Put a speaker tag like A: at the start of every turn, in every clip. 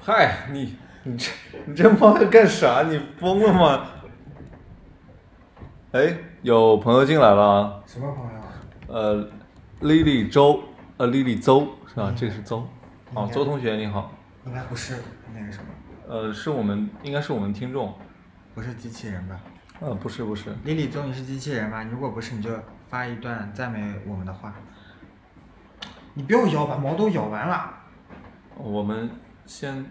A: 嗨，你你这你这猫要干啥？你疯了吗？哎，有朋友进来了啊，
B: 什么朋友啊？
A: 呃，Lily 周，呃，Lily 邹是吧？这个是邹，好，邹同嗯学你好，
B: 应该不是那个什么，
A: 呃，是我们应该是我们听众，
B: 不是机器人吧？
A: 呃，不是不是，
B: 李李总，你是机器人吗？如果不是，你就发一段赞美我们的话。你不要咬，把毛都咬完了。
A: 我们先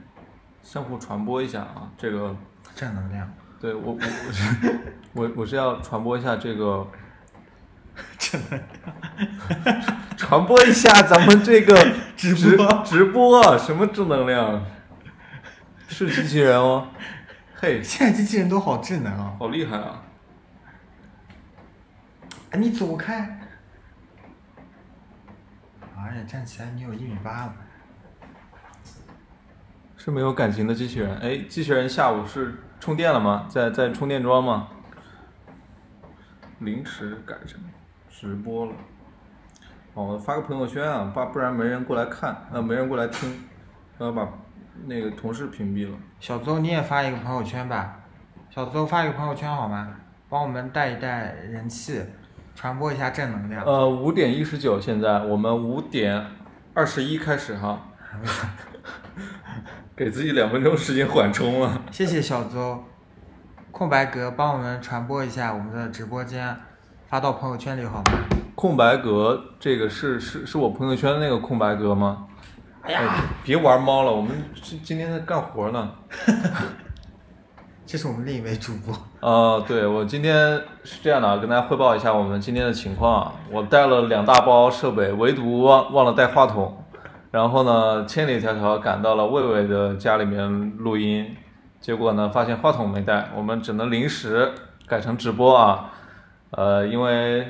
A: 相互传播一下啊，这个
B: 正能量，
A: 对我我我是我我是要传播一下这个，
B: 正能量。
A: 传播一下咱们这个
B: 直
A: 直
B: 播
A: 直播啊什么正能量，啊是机器人哦，嘿，
B: 现在机器人都好智能哦。
A: 好厉害啊！
B: 哎，你走开！哎呀，站起来，你有一米八了。
A: 是没有感情的机器人。哎，机器人下午是充电了吗？在在充电桩吗？临时改成直播了。哦，发个朋友圈啊，不不然没人过来看，呃，没人过来听，然后把那个同事屏蔽了。
B: 小邹，你也发一个朋友圈吧。小邹发一个朋友圈好吗？帮我们带一带人气，传播一下正能量。
A: 呃，五点一十九，现在我们五点二十一开始哈， 给自己两分钟时间缓冲啊。
B: 谢谢小邹，空白格帮我们传播一下我们的直播间，发到朋友圈里好吗？
A: 空白格，这个是是是我朋友圈的那个空白格吗？
B: 哎呀，
A: 别玩猫了，我们今今天在干活呢。
B: 这是我们另一位主播，
A: 呃，对我今天是这样的，啊跟大家汇报一下我们今天的情况啊。我带了两大包设备，唯独忘忘了带话筒，然后呢，千里迢迢赶到了魏魏的家里面录音，结果呢，发现话筒没带，我们只能临时改成直播啊。呃，因为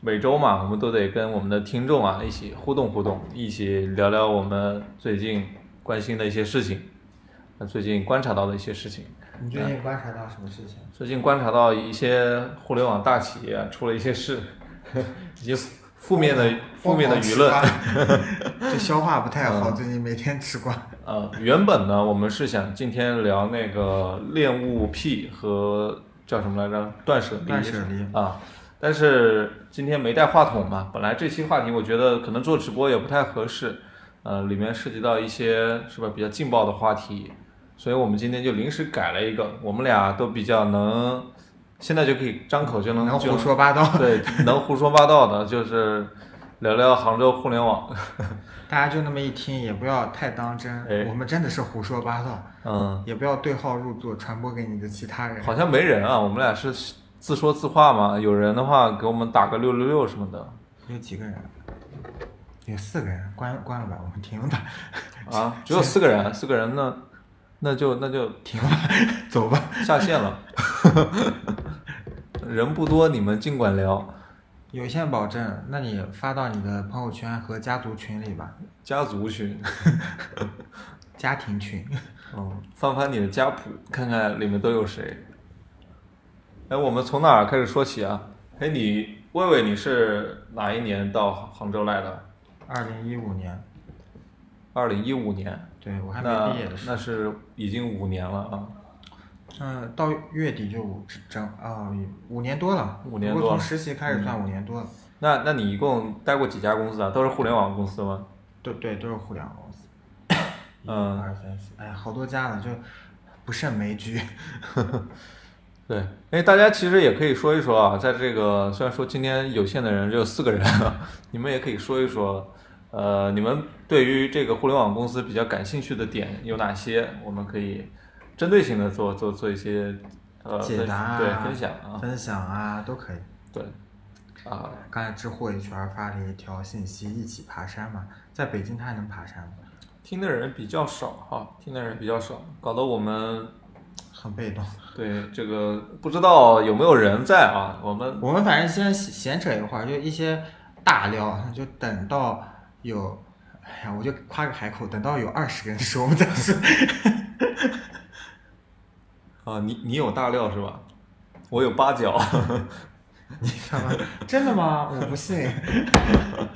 A: 每周嘛，我们都得跟我们的听众啊一起互动互动，一起聊聊我们最近关心的一些事情，呃最近观察到的一些事情。
B: 你最近观察到什么事情？
A: 最近观察到一些互联网大企业啊出了一些事， 一些负面的 负面的舆论。嗯
B: 疯狂吃 瓜，这消化不太好，最近每天吃瓜。
A: 呃，原本呢，我们是想今天聊那个恋物癖和叫什么来着，断舍离。
B: 断舍离
A: 啊，但是今天没带话筒嘛，本来这期话题我觉得可能做直播也不太合适，呃，里面涉及到一些是吧比较劲爆的话题，所以我们今天就临时改了一个，我们俩都比较能，现在就可以张口就能
B: 能
A: 就
B: 胡说八道
A: 对，能胡说八道的，就是聊聊杭州互联网，
B: 大家就那么一听，也不要太当真。
A: 哎
B: 我们真的是胡说八道，
A: 嗯，
B: 也不要对号入座，传播给你的其他人。
A: 好像没人啊，我们俩是自说自话嘛，有人的话给我们打个六六六什么的
B: 有几个人？有四个人，关关了吧，我们停了吧，
A: 啊，只有四个人，四个人呢，那就那就
B: 停了吧，走吧。
A: 下线了， 人不多，你们尽管聊。
B: 有限保证，那你发到你的朋友圈和家族群里吧，
A: 家族群，
B: 家庭群。
A: 嗯，翻翻你的家谱，看看里面都有谁。哎，我们从哪儿开始说起啊？哎，你魏魏，你是哪一年到杭州来的？
B: 二零一五年，
A: 二零一五年，
B: 对我还没
A: 那
B: 毕业的时候，
A: 那是已经五年了啊。
B: 嗯，到月底就五整啊、五年多了，
A: 五年
B: 如
A: 多
B: 果
A: 了嗯
B: 从实习开始算，五年多了。
A: 那那你一共待过几家公司啊？都是互联网公司吗？
B: 对对，都是互联网公司。
A: 嗯
B: 一二三四，哎呀，好多家呢，就不胜 枚举。
A: 对，哎，大家其实也可以说一说啊，在这个虽然说今天有限的人只有四个人，啊 你们也可以说一说，呃，你们对于这个互联网公司比较感兴趣的点有哪些？我们可以针对性的做做做一些呃
B: 解答啊，
A: 分 对分享啊，
B: 分享啊，都可以。
A: 对啊，
B: 刚才知乎 HR 发了一条信息，一起爬山嘛，在北京他还能爬山吗？
A: 听的人比较少哈，听的人比较少，搞得我们
B: 很被动。
A: 对这个不知道有没有人在啊，我们
B: 我们反正先闲扯一会儿，就一些大料，就等到有，哎呀，我就夸个海口，等到有二十个人的时候我们再说。
A: 啊，你你有大料是吧？我有八角。
B: 你看吧，真的吗？我不信。
A: 呃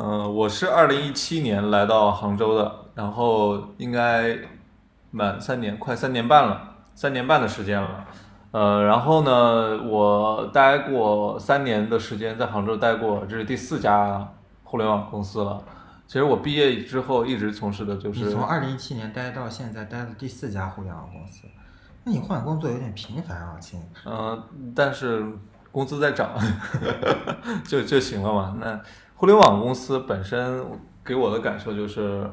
A: 嗯，我是二零一七年来到杭州的，然后应该满三年，快三年半了，三年半的时间了。呃，然后呢，我待过三年的时间，在杭州待过，这是第四家互联网公司了。其实我毕业之后一直从事的就是
B: 你从二零一七年待到现在，待了第四家互联网公司，那你换工作有点频繁啊，亲。
A: 嗯、但是工资在涨， 就就行了嘛。那互联网公司本身给我的感受就是，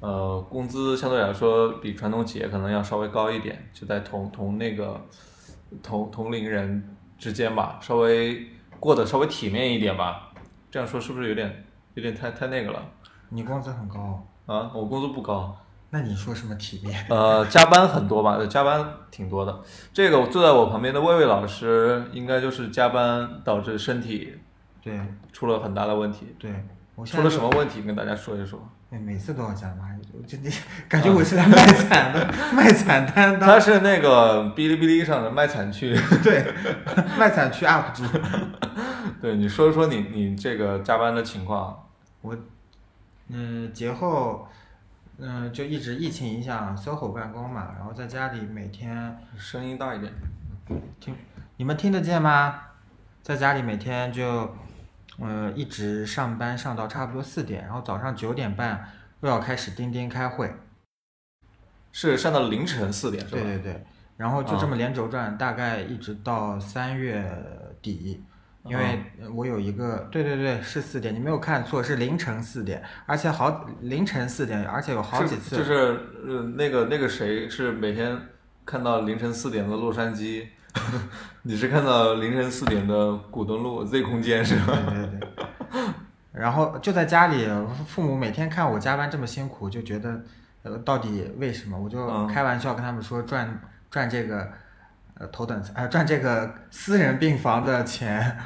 A: 呃，工资相对来说比传统企业可能要稍微高一点，就在同同那个同同龄人之间吧，稍微过得稍微体面一点吧。这样说是不是有点有点太太那个了
B: 你工资很高，
A: 啊？我工资不高。
B: 那你说什么体面？
A: 呃，加班很多吧？呃加班挺多的。这个坐在我旁边的魏魏老师，应该就是加班导致身体
B: 对
A: 出了很大的问题。
B: 对，我现
A: 出
B: 在
A: 了
B: 就
A: 什么问题？跟大家说一说。
B: 哎每次都要加班，我真的感觉我是来卖惨的，卖惨担当
A: 他，是那个哔哩哔哩上的卖惨区。
B: 对，卖惨区 UP 主。
A: 对，你说说你你这个加班的情况。
B: 我，嗯，节后，嗯，就一直疫情影响 SOHO 办公嘛，然后在家里每天
A: 声音大一点。
B: 听，你们听得见吗？在家里每天就，嗯，一直上班上到差不多四点，然后早上九点半又要开始钉钉开会，
A: 是上到凌晨四点是吧？哦
B: 对对对，然后就这么连轴转，大概一直到三月底。因为
A: 哦
B: 我有一个，对对对，是四点，你没有看错，是凌晨四点，而且好凌晨四点，而且有好几
A: 是
B: 次，
A: 就是呃那个那个谁是每天看到凌晨四点的洛杉矶， 你是看到凌晨四点的古登路 Z 空间是吧？
B: 对对对。 然后就在家里，父母每天看我加班这么辛苦，就觉得，呃，到底为什么？我就
A: 嗯
B: 开玩笑跟他们说赚，赚这个，呃，头等呃赚这个私人病房的钱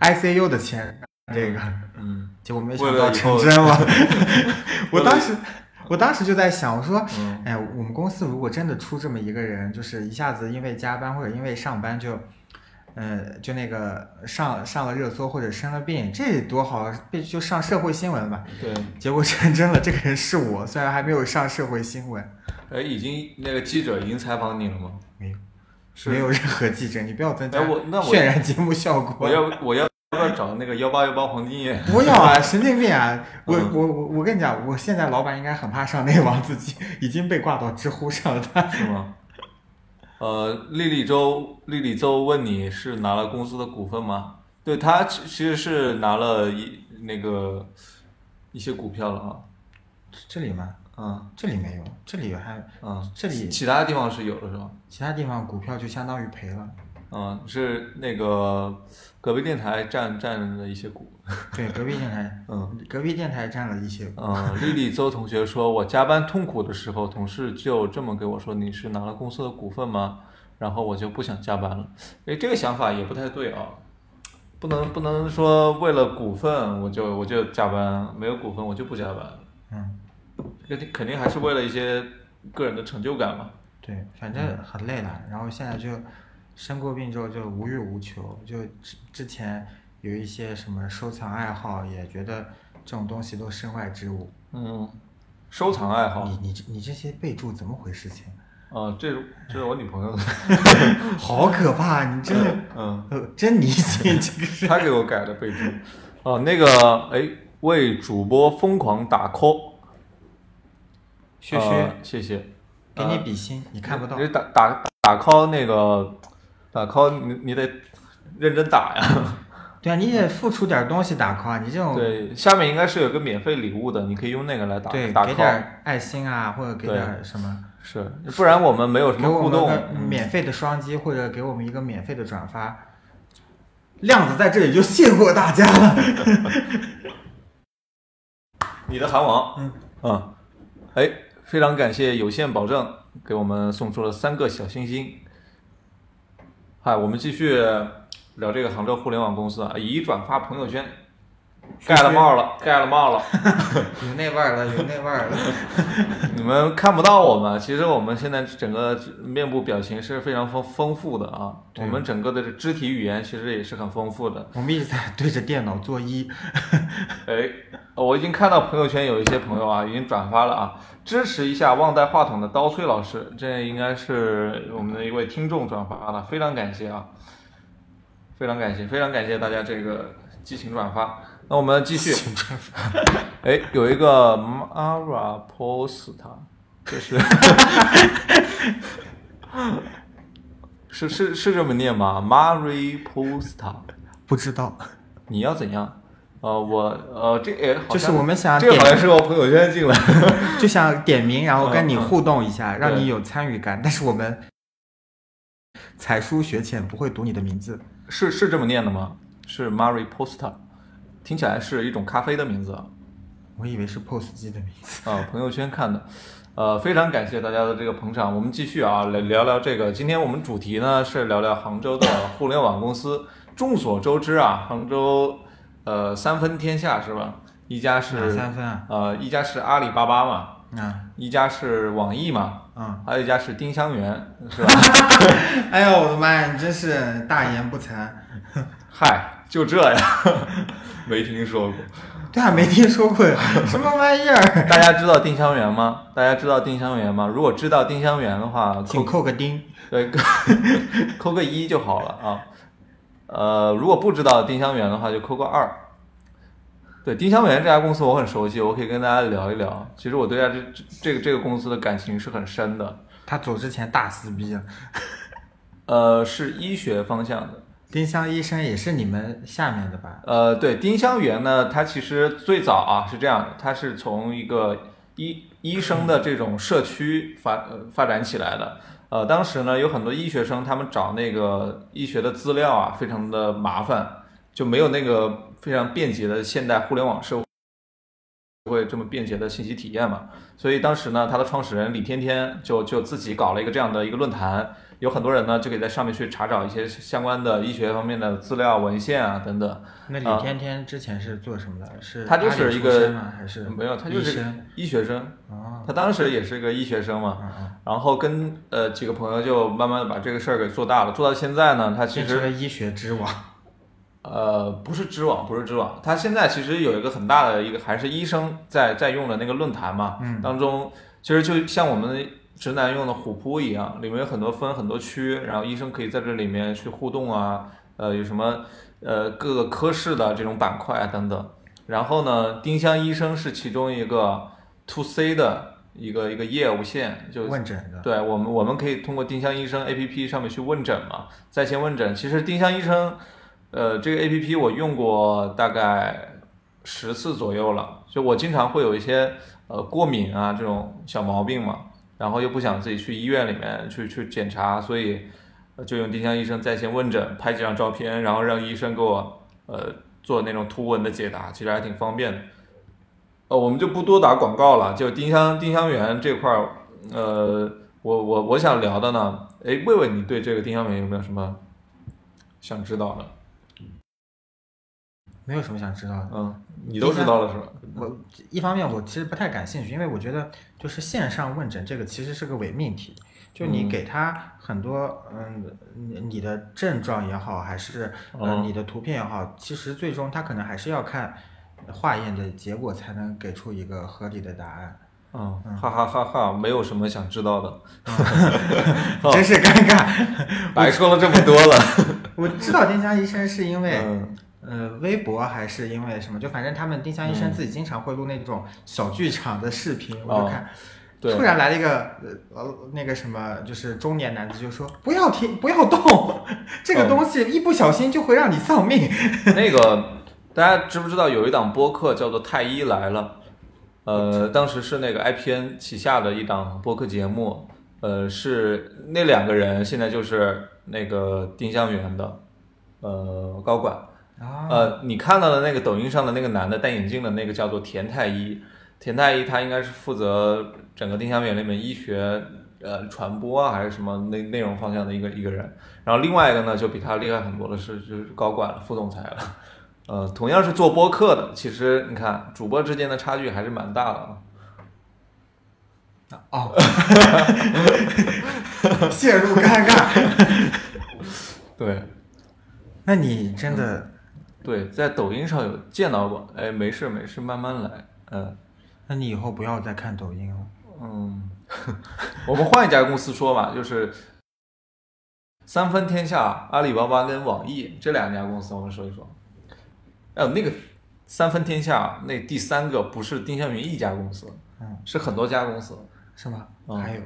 B: ，ICU 的钱，这个，
A: 嗯
B: 结果没
A: 为
B: 想
A: 了
B: 到
A: 以
B: 成
A: 后
B: 真了。 我
A: 为了
B: 当时，我当时就在想，我说，
A: 嗯
B: 哎，我们公司如果真的出这么一个人，就是一下子因为加班或者因为上班就，呃，就那个上上了热搜或者生了病，这多好，啊被就上社会新闻了嘛。
A: 嗯对，
B: 结果成真了，这个人是我，虽然还没有上社会新闻，
A: 哎，已经那个记者已经采访你了吗？
B: 没有
A: 是
B: 没有任何记者，你不要增加
A: 哎我那我
B: 渲染节目效果。
A: 我要我要要不要找那个幺八幺八黄金眼？
B: 不要啊，神经病啊！我
A: 嗯
B: 我我我跟你讲，我现在老板应该很怕上内网，自己已经被挂到知乎上了。他
A: 是吗？呃，莉莉周，莉莉周问你是拿了公司的股份吗？对他其其实是拿了一那个一些股票了啊，
B: 这里吗？
A: 嗯
B: 这里没有，这里还
A: 嗯，
B: 这里
A: 其他地方是有的是吧？
B: 其他地方股票就相当于赔了。
A: 嗯，是那个隔壁电台占占了一些股，
B: 对，隔壁电台，
A: 嗯，
B: 隔壁电台占了一些。
A: 嗯，丽丽周同学说，我加班痛苦的时候，同事就这么给我说：“你是拿了公司的股份吗？”然后我就不想加班了。诶，这个想法也不太对啊，不能不能说为了股份我就我就加班，没有股份我就不加班，
B: 嗯，
A: 肯定肯定还是为了一些个人的成就感嘛。
B: 对，反
A: 嗯
B: 正很累了。然后现在就生过病之后就无欲无求，就之之前有一些什么收藏爱好，也觉得这种东西都身外之物。
A: 嗯，收藏爱好，
B: 你你这你这些备注怎么回事情？
A: 啊、这是这是我女朋友的，
B: 好可怕！你真的，
A: 嗯。
B: 呃， 真迷信 这个是。
A: 他给我改的备注。哦，那个，哎，为主播疯狂打 call，
B: 薛
A: 呃
B: 薛，
A: 谢谢。
B: 给你比心，你看不到
A: 你。打打打 call 那个打 call，你你得认真打呀。
B: 对啊，你也付出点东西打 call 啊，你这 种
A: 对，下面应该是有个免费礼物的，你可以用那个来打
B: 对
A: 打
B: 给
A: call。
B: 点爱心啊，或者给点什么，
A: 是，不然我们没有什
B: 给
A: 么
B: 我
A: 互
B: 们
A: 动。嗯
B: 个免费的嗯双击，或者给我们一个免费的转发。亮子在这里就谢过大家了。
A: 你的韩王，
B: 嗯
A: 嗯，哎，非常感谢有限保证给我们送出了三个小星星。嗨，我们继续聊这个杭州互联网公司啊，以转发朋友圈盖了帽了，盖了帽了。
B: 有那味儿了，有那味 儿了。
A: 你们看不到我们，其实我们现在整个面部表情是非常丰丰富的啊。我们整个的肢体语言其实也是很丰富的。
B: 我们一直在对着电脑作揖。
A: 哎，我已经看到朋友圈有一些朋友啊，已经转发了啊，支持一下忘带话筒的刀崔老师，这应该是我们的一位听众转发的，非常感谢啊，非常感谢，非常感谢大家这个激情转发。那我们继续。哎，有一个 Mara Posta，这是是是是这么念吗？Mari Posta，
B: 不知道，
A: 你要怎样？呃，我呃，这哎，好像
B: 就是我们想
A: 这个
B: 点
A: 好像是我朋友圈进来。
B: 就想点名，然后跟你
A: 嗯嗯
B: 互动一 下，让
A: 对
B: 你有参与感。但是我们才疏学浅，不会读你的名字。
A: 是是这么念的吗？是 Mari Posta，听起来是一种咖啡的名字啊。
B: 我以为是 POS 机的名字。
A: 啊，朋友圈看的，呃，非常感谢大家的这个捧场。我们继续啊，来聊聊这个。今天我们主题呢是聊聊杭州的互联网公司。众所周知啊，杭州呃三分天下是吧？一家
B: 哪
A: 是
B: 三分啊？
A: 呃，一家是阿里巴巴嘛，
B: 啊，
A: 一家是网易嘛，
B: 嗯。
A: 还有一家是丁香园是吧？
B: 哎呦，我的妈呀！你真是大言不惭。
A: 嗨，就这呀， 没听说过。
B: 对啊，没听说过什么玩意儿，
A: 大家知道丁香园吗？大家知道丁香园吗？如果知道丁香园的话，
B: 请扣个钉。
A: 对， 扣扣个一就好了啊。呃，如果不知道丁香园的话，就扣个二。对，丁香园这家公司我很熟悉，我可以跟大家聊一聊。其实我对它这这这个这个公司的感情是很深的。
B: 他走之前大撕逼啊。
A: 呃，是医学方向的。
B: 丁香医生也是你们下面的吧？
A: 呃，对，丁香园呢，它其实最早啊是这样的，它是从一个医医生的这种社区发、呃、发展起来的。呃，当时呢，有很多医学生，他们找那个医学的资料啊，非常的麻烦，就没有那个非常便捷的现代互联网社会这么便捷的信息体验嘛。所以当时呢，它的创始人李天天就就自己搞了一个这样的一个论坛，有很多人呢就可以在上面去查找一些相关的医学方面的资料、文献啊等等。
B: 那
A: 啊
B: 李天天之前是做什么的？是
A: 呃他就
B: 阿里
A: 是一
B: 出
A: 个
B: 身吗？还是
A: 没有，他就
B: 医
A: 是
B: 生
A: 医学生，
B: 哦
A: 他当时也是个医学生嘛，
B: 嗯
A: 然后跟呃几个朋友就慢慢的把这个事儿给做大了，做到现在呢，他其
B: 变成
A: 实
B: 了医学之王。
A: 呃不是知网，不是知网，他现在其实有一个很大的一个还是医生在在用的那个论坛嘛，
B: 嗯
A: 当中其实就像我们直男用的虎扑一样，里面有很多分很多区，然后医生可以在这里面去互动啊，呃有什么呃各个科室的这种板块啊等等。然后呢，丁香医生是其中一个 to C 的一个一个业务线，就
B: 问诊的，
A: 对我们我们可以通过丁香医生 APP 上面去问诊嘛，在线问诊。其实丁香医生，呃，这个 APP 我用过大概十次左右了，就我经常会有一些呃过敏啊这种小毛病嘛，然后又不想自己去医院里面去去检查，所以呃就用丁香医生在线问诊，拍几张照片，然后让医生给我呃做那种图文的解答，其实还挺方便的。呃，我们就不多打广告了，就丁香丁香园这块儿，呃，我我我想聊的呢，哎，魏魏，你对这个丁香园有没有什么想知道的？
B: 没有什么想知道的。
A: 嗯，你都知道了是吧？嗯
B: 我一方面我其实不太感兴趣，因为我觉得就是线上问诊这个其实是个伪命题，就你
A: 嗯
B: 给他很多嗯，你你的症状也好，还是呃
A: 嗯
B: 你的图片也好，其实最终他可能还是要看化验的结果才能给出一个合理的答案，
A: 嗯，哈哈哈哈，没有什么想知道的，哦
B: 真是尴尬。
A: 白说了这么多了。
B: 我知道丁香医生是因为。
A: 嗯
B: 呃，微博还是因为什么？就反正他们丁香医生自己经常会录那种小剧场的视频，我就
A: 嗯哦
B: 看。
A: 对
B: 突然来了一个呃呃那个什么，就是中年男子就说不要停，不要动， 这个
A: 嗯
B: 东西一不小心就会让你丧命。
A: 那个大家知不知道有一档播客叫做《太医来了》？呃，当时是那个 IPN 旗下的一档播客节目，呃，是那两个人现在就是那个丁香园的呃高管，
B: 啊，
A: 呃，你看到的那个抖音上的那个男的戴眼镜的那个叫做田太医，田太医他应该是负责整个丁香园里面医学呃传播啊还是什么内内容方向的一个一个人，然后另外一个呢就比他厉害很多的是就是高管了，副总裁了，呃，同样是做播客的，其实你看主播之间的差距还是蛮大的啊。
B: 哦，陷入 尴尬。
A: 对
B: 那你真
A: 嗯
B: 的，
A: 对，在抖音上有见到过，哎，没事没事，慢慢来，嗯
B: 那你以后不要再看抖音了。
A: 嗯， 我们换一家公司说吧，就是三分天下、阿里巴巴跟网易这两家公司，我们说一说。哎呦，那个三分天下那第三个不是丁香云一家公司，
B: 嗯，
A: 是很多家公司。
B: 是吗？
A: 嗯
B: 还有，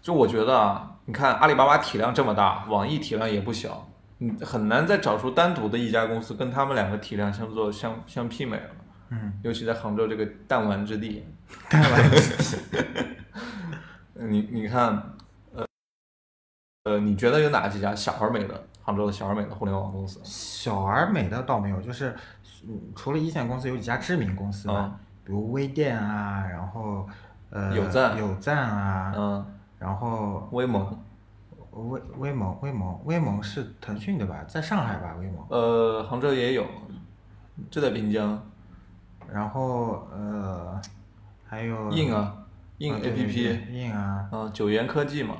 A: 就我觉得啊，你看阿里巴巴体量这么大，网易体量也不小，你很难再找出单独的一家公司跟他们两个体量相做相相媲美了。
B: 嗯，
A: 尤其在杭州这个弹丸之地，
B: 开玩笑。
A: 你你看，呃呃，你觉得有哪几家小而美的杭州的小而美的互联网公司？
B: 小而美的倒没有，就是嗯除了一线公司，有几家知名公司嘛，
A: 嗯
B: 比如微店啊，然后呃
A: 有赞
B: 有赞啊，
A: 嗯，
B: 然后
A: 威猛，
B: 微微盟微盟微盟是腾讯的吧，在上海吧微盟，
A: 呃，杭州也有，就在滨江，
B: 然后呃还有
A: 硬啊，硬
B: 啊
A: A
B: 对
A: P
B: 对
A: P，
B: 对硬啊，
A: 嗯，九元科技嘛，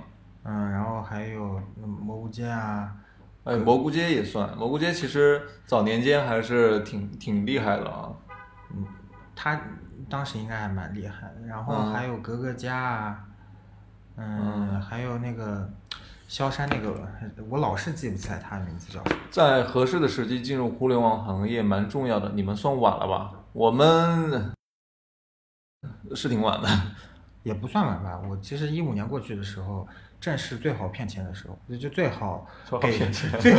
B: 嗯，然后还有嗯蘑菇街啊，
A: 哎，蘑菇街也算，蘑菇街其实早年间还是挺挺厉害的啊，
B: 嗯，他当时应该还蛮厉害的，然后
A: 嗯
B: 还有格格家啊，嗯，还有那个萧山那个，我老是记不起来他的名字叫什么。
A: 在合适的时机进入互联网行业蛮重要的，你们算晚了吧？我们是挺晚的，
B: 也不算晚吧，我其实一五年过去的时候，正是最好骗钱的时候，就就最好
A: 最好
B: 给
A: 骗钱
B: 最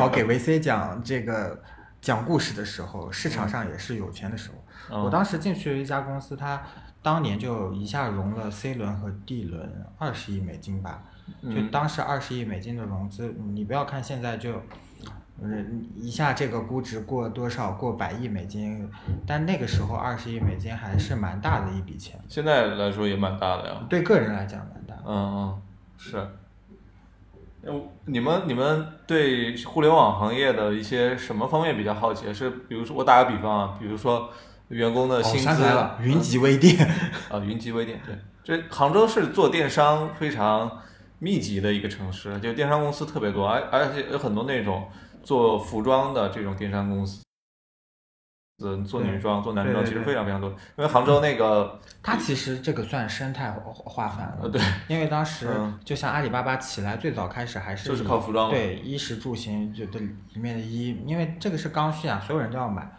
B: 好给 VC 讲这个讲故事的时候，市场上也是有钱的时候。
A: 嗯
B: 我当时进去一家公司，它当年就一下融了 C 轮和 D 轮二十亿美金吧，就
A: 嗯
B: 当时二十亿美金的融资，你不要看现在就。嗯，一下这个估值过多少？过百亿美金，但那个时候二十亿美金还是蛮大的一笔钱。
A: 现在来说也蛮大的呀。
B: 对个人来讲蛮大。
A: 嗯嗯，是。呃你们你们对互联网行业的一些什么方面比较好奇？是比如说我打个比方啊，比如说员工呃的薪
B: 哦、想起
A: 资
B: 来了，云集微店。
A: 啊，云集微店，对，这杭州是做电商非常密集的一个城市，就电商公司特别多，而而且有很多那种做服装的这种电商公司，嗯，做女装、做男装，
B: 对对
A: 其实
B: 对
A: 非常非常多。因为杭州那个，
B: 它其实这个算生态化化繁了，
A: 呃，对，
B: 因为当时
A: 嗯
B: 就像阿里巴巴起来最早开始还是
A: 就是
B: 以
A: 靠服装嘛
B: 对衣食住行就对里面的衣，因为这个是刚需啊，所有人都要买。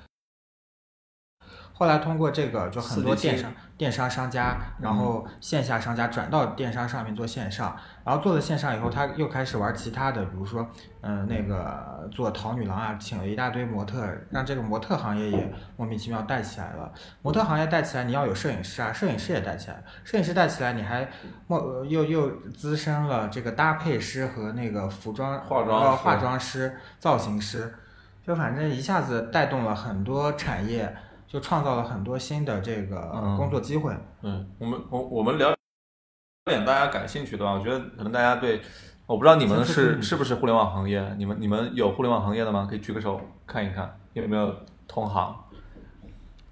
B: 后来通过这个，就很多
A: 四季
B: 电
A: 青
B: 商电商商家，然后线下商家转到电商上面做线上，然后做了线上以后，他又开始玩其他的，比如说，嗯、那个做淘女郎啊，请了一大堆模特，让这个模特行业也莫名其妙带起来了。模特行业带起来，你要有摄影师啊，摄影师也带起来，摄影师带起来，你还莫呃又又滋生了这个搭配师和那个服装
A: 化妆
B: 呃
A: 师
B: 化妆师、造型师，就反正一下子带动了很多产业，就创造了很多新的这个
A: 嗯
B: 工作机会。
A: 嗯，我们我我们聊点大家感兴趣的吧，我觉得可能大家对。我不知道你们
B: 先说说
A: 是
B: 你
A: 是不是互联网行业？你们你们有互联网行业的吗？可以举个手看一看有没有同行。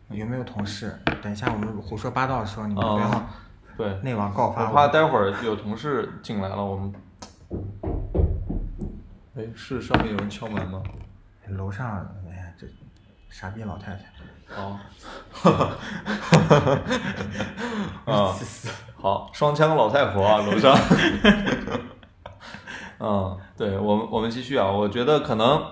B: 有没有同事？等一下我们胡说八道的时候，你们
A: 哦
B: 不要
A: 对，
B: 内网告
A: 我
B: 发
A: 怕
B: 我。
A: 待会儿有同事进来了，我们。哎，是上面有人敲门吗？
B: 楼上，哎呀，这傻逼老太太，
A: 哦，啊，
B: 气死了！
A: 好，双枪老太婆啊，楼 上。嗯，对我们我们继续啊，我觉得可能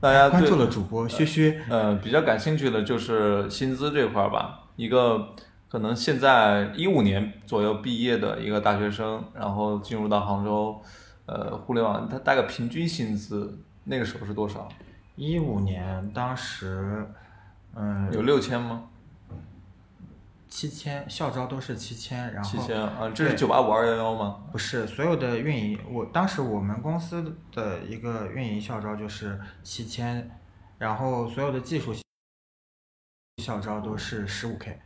A: 大家
B: 关
A: 对
B: 注了主播嘘嘘，
A: 呃，比较感兴趣的就是薪资这块儿吧。一个可能现在一五年左右毕业的一个大学生，然后进入到杭州，呃，互联网，他大概平均薪资那个时候是多少？
B: 一五年当时，嗯，
A: 有六千吗？
B: 七千，校招都是七千，然后
A: 七千啊，这是
B: 对
A: 九八五二幺幺吗？
B: 不是所有的运营，我当时我们公司的一个运营校招就是七千，然后所有的技术校招都是十五 K，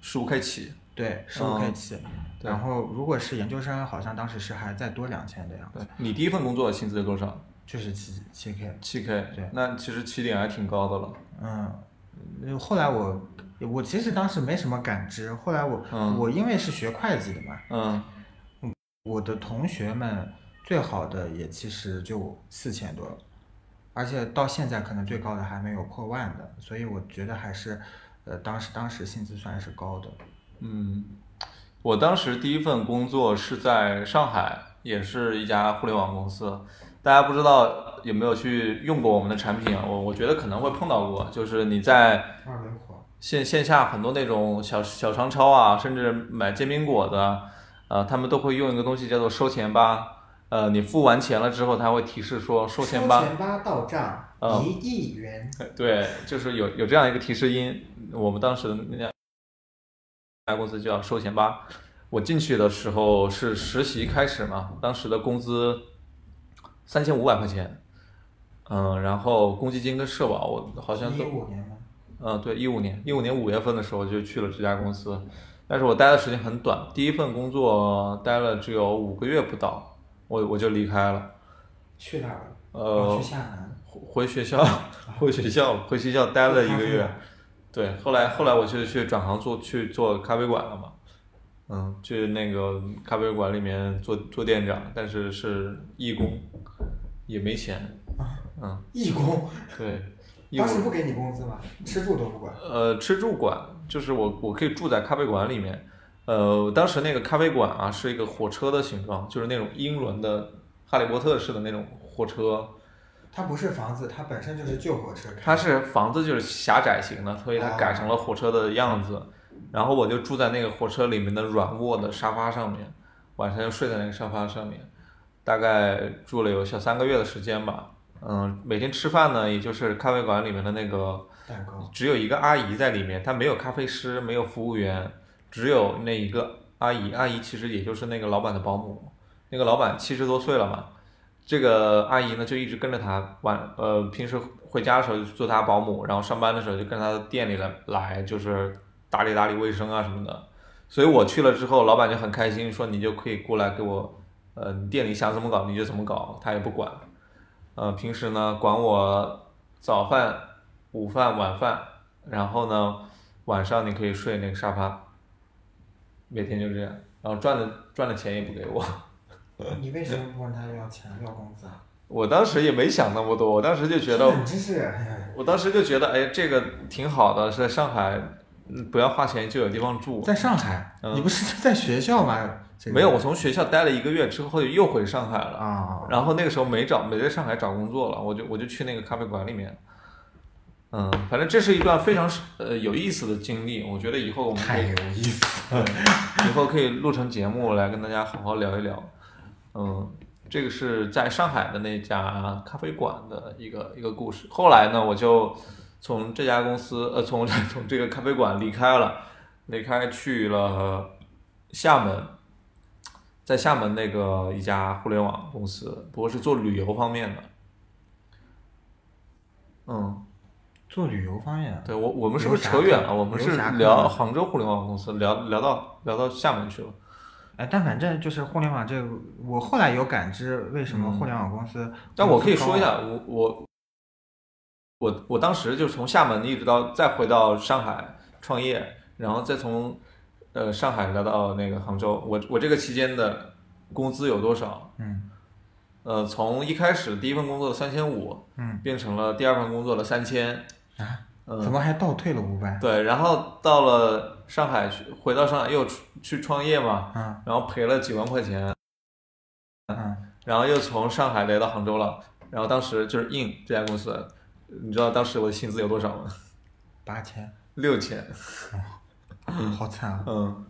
A: 十五 K 起。
B: 对，十五 K
A: 嗯
B: 起。
A: 对
B: 然后如果是研究生，好像当时是还再多两千的样子。
A: 对，你第一份工作薪资是多少？
B: 就是七七 K，
A: 七 K，
B: 对
A: 那其实起点还挺高的了。
B: 嗯，呃后来我我其实当时没什么感知，后来我、
A: 嗯
B: 我因为是学会计的嘛，
A: 嗯，
B: 我的同学们最好的也其实就四千多，而且到现在可能最高的还没有破万的，所以我觉得还是，呃，当时当时薪资算是高的。
A: 嗯，我当时第一份工作是在上海，也是一家互联网公司。大家不知道有没有去用过我们的产品啊？我我觉得可能会碰到过，就是你在
B: 二维活，
A: 线线下很多那种小小商超啊，甚至买煎饼果子啊，呃，他们都会用一个东西叫做收钱吧。呃，你付完钱了之后，他会提示说收钱吧。
B: 吧到账
A: 嗯
B: 亿元。
A: 对，就是有有这样一个提示音，我们当时的那家公司叫收钱吧。我进去的时候是实习开始嘛，当时的工资三千五百块钱，嗯，然后公积金跟社保我好像
B: 一
A: 都，
B: 五年吗？
A: 嗯，对，一五年，一五年五月份的时候就去了这家公司，但是我待的时间很短，第一份工作待了只有五个月不到，我我就离开了，
B: 去哪儿了？
A: 呃
B: 我去，厦南。
A: 回学校，啊回学校，回学校待了一个月。对，后来后来我就去转行做去做咖啡馆了嘛，嗯，去那个咖啡馆里面做做店长，但是是义工，也没钱，嗯，
B: 义工，
A: 对，义
B: 当时
A: 务
B: 不给你工资吗？吃住都不管。
A: 呃吃住馆，就是我我可以住在咖啡馆里面，呃，当时那个咖啡馆啊是一个火车的形状，就是那种英伦的哈利波特式的那种火车，
B: 它不是房子，它本身就是旧火车开。
A: 它是房子就是狭窄型的，所以它
B: 哦
A: 改成了火车的样子。然后我就住在那个火车里面的软卧的沙发上面，晚上就睡在那个沙发上面，大概住了有小三个月的时间吧。嗯，每天吃饭呢，也就是咖啡馆里面的那个，
B: 蛋糕。
A: 只有一个阿姨在里面，她没有咖啡师，没有服务员，只有那一个阿姨。阿姨其实也就是那个老板的保姆，那个老板七十多岁了嘛，这个阿姨呢就一直跟着他晚呃平时回家的时候就做他保姆，然后上班的时候就跟他店里来来就是打理打理卫生啊什么的。所以我去了之后，老板就很开心，说你就可以过来给我，呃，你店里想怎么搞你就怎么搞，他也不管。呃，平时呢管我早饭、午饭、晚饭，然后呢晚上你可以睡那个沙发，每天就这样，然后赚的赚的钱也不给我。
B: 你为什么不问他要钱要工资啊？
A: 我当时也没想那么多，我当时就觉得，
B: 你真是哎呀，
A: 我当时就觉得，哎，这个挺好的，是在上海，嗯不要花钱就有地方住。
B: 在上海，
A: 嗯
B: 你不是在学校吗？这个
A: 没有，我从学校待了一个月之后又回上海了，
B: 啊，
A: 然后那个时候没找，没在上海找工作了，我就我就去那个咖啡馆里面。嗯，反正这是一段非常呃有意思的经历，我觉得以后我们可
B: 太
A: 以
B: 有意思了。
A: 以后可以录成节目来跟大家好好聊一聊。嗯，这个是在上海的那家咖啡馆的一个一个故事。后来呢，我就从这家公司，呃，从 从这个咖啡馆离开了，离开去了厦门，在厦门那个一家互联网公司，不过是做旅游方面的。嗯，
B: 做旅游方面，
A: 对我我们是不是扯远了？我们是
B: 游侠客
A: 聊杭州互联网公司，聊聊到聊到厦门去了。
B: 哎，但反正就是互联网这个，我后来有感知，为什么互联网公司、
A: 嗯但我可以说一，
B: 啊
A: 下，我我我我当时就从厦门一直到再回到上海创业，然后再从呃上海来到那个杭州，我我这个期间的工资有多少？
B: 嗯
A: 呃，从一开始第一份工作的三千五，
B: 嗯
A: 变成了第二份工作的三千，
B: 啊，
A: 嗯
B: 怎，么还倒退了五百？
A: 对，然后到了上海去，回到上海又出去创业嘛，
B: 嗯
A: 然后赔了几万块钱，
B: 嗯，
A: 然后又从上海来到杭州了，然后当时就是 in 这家公司，你知道当时我的薪资有多少吗？
B: 八千，
A: 六千，
B: 好惨啊！
A: 嗯，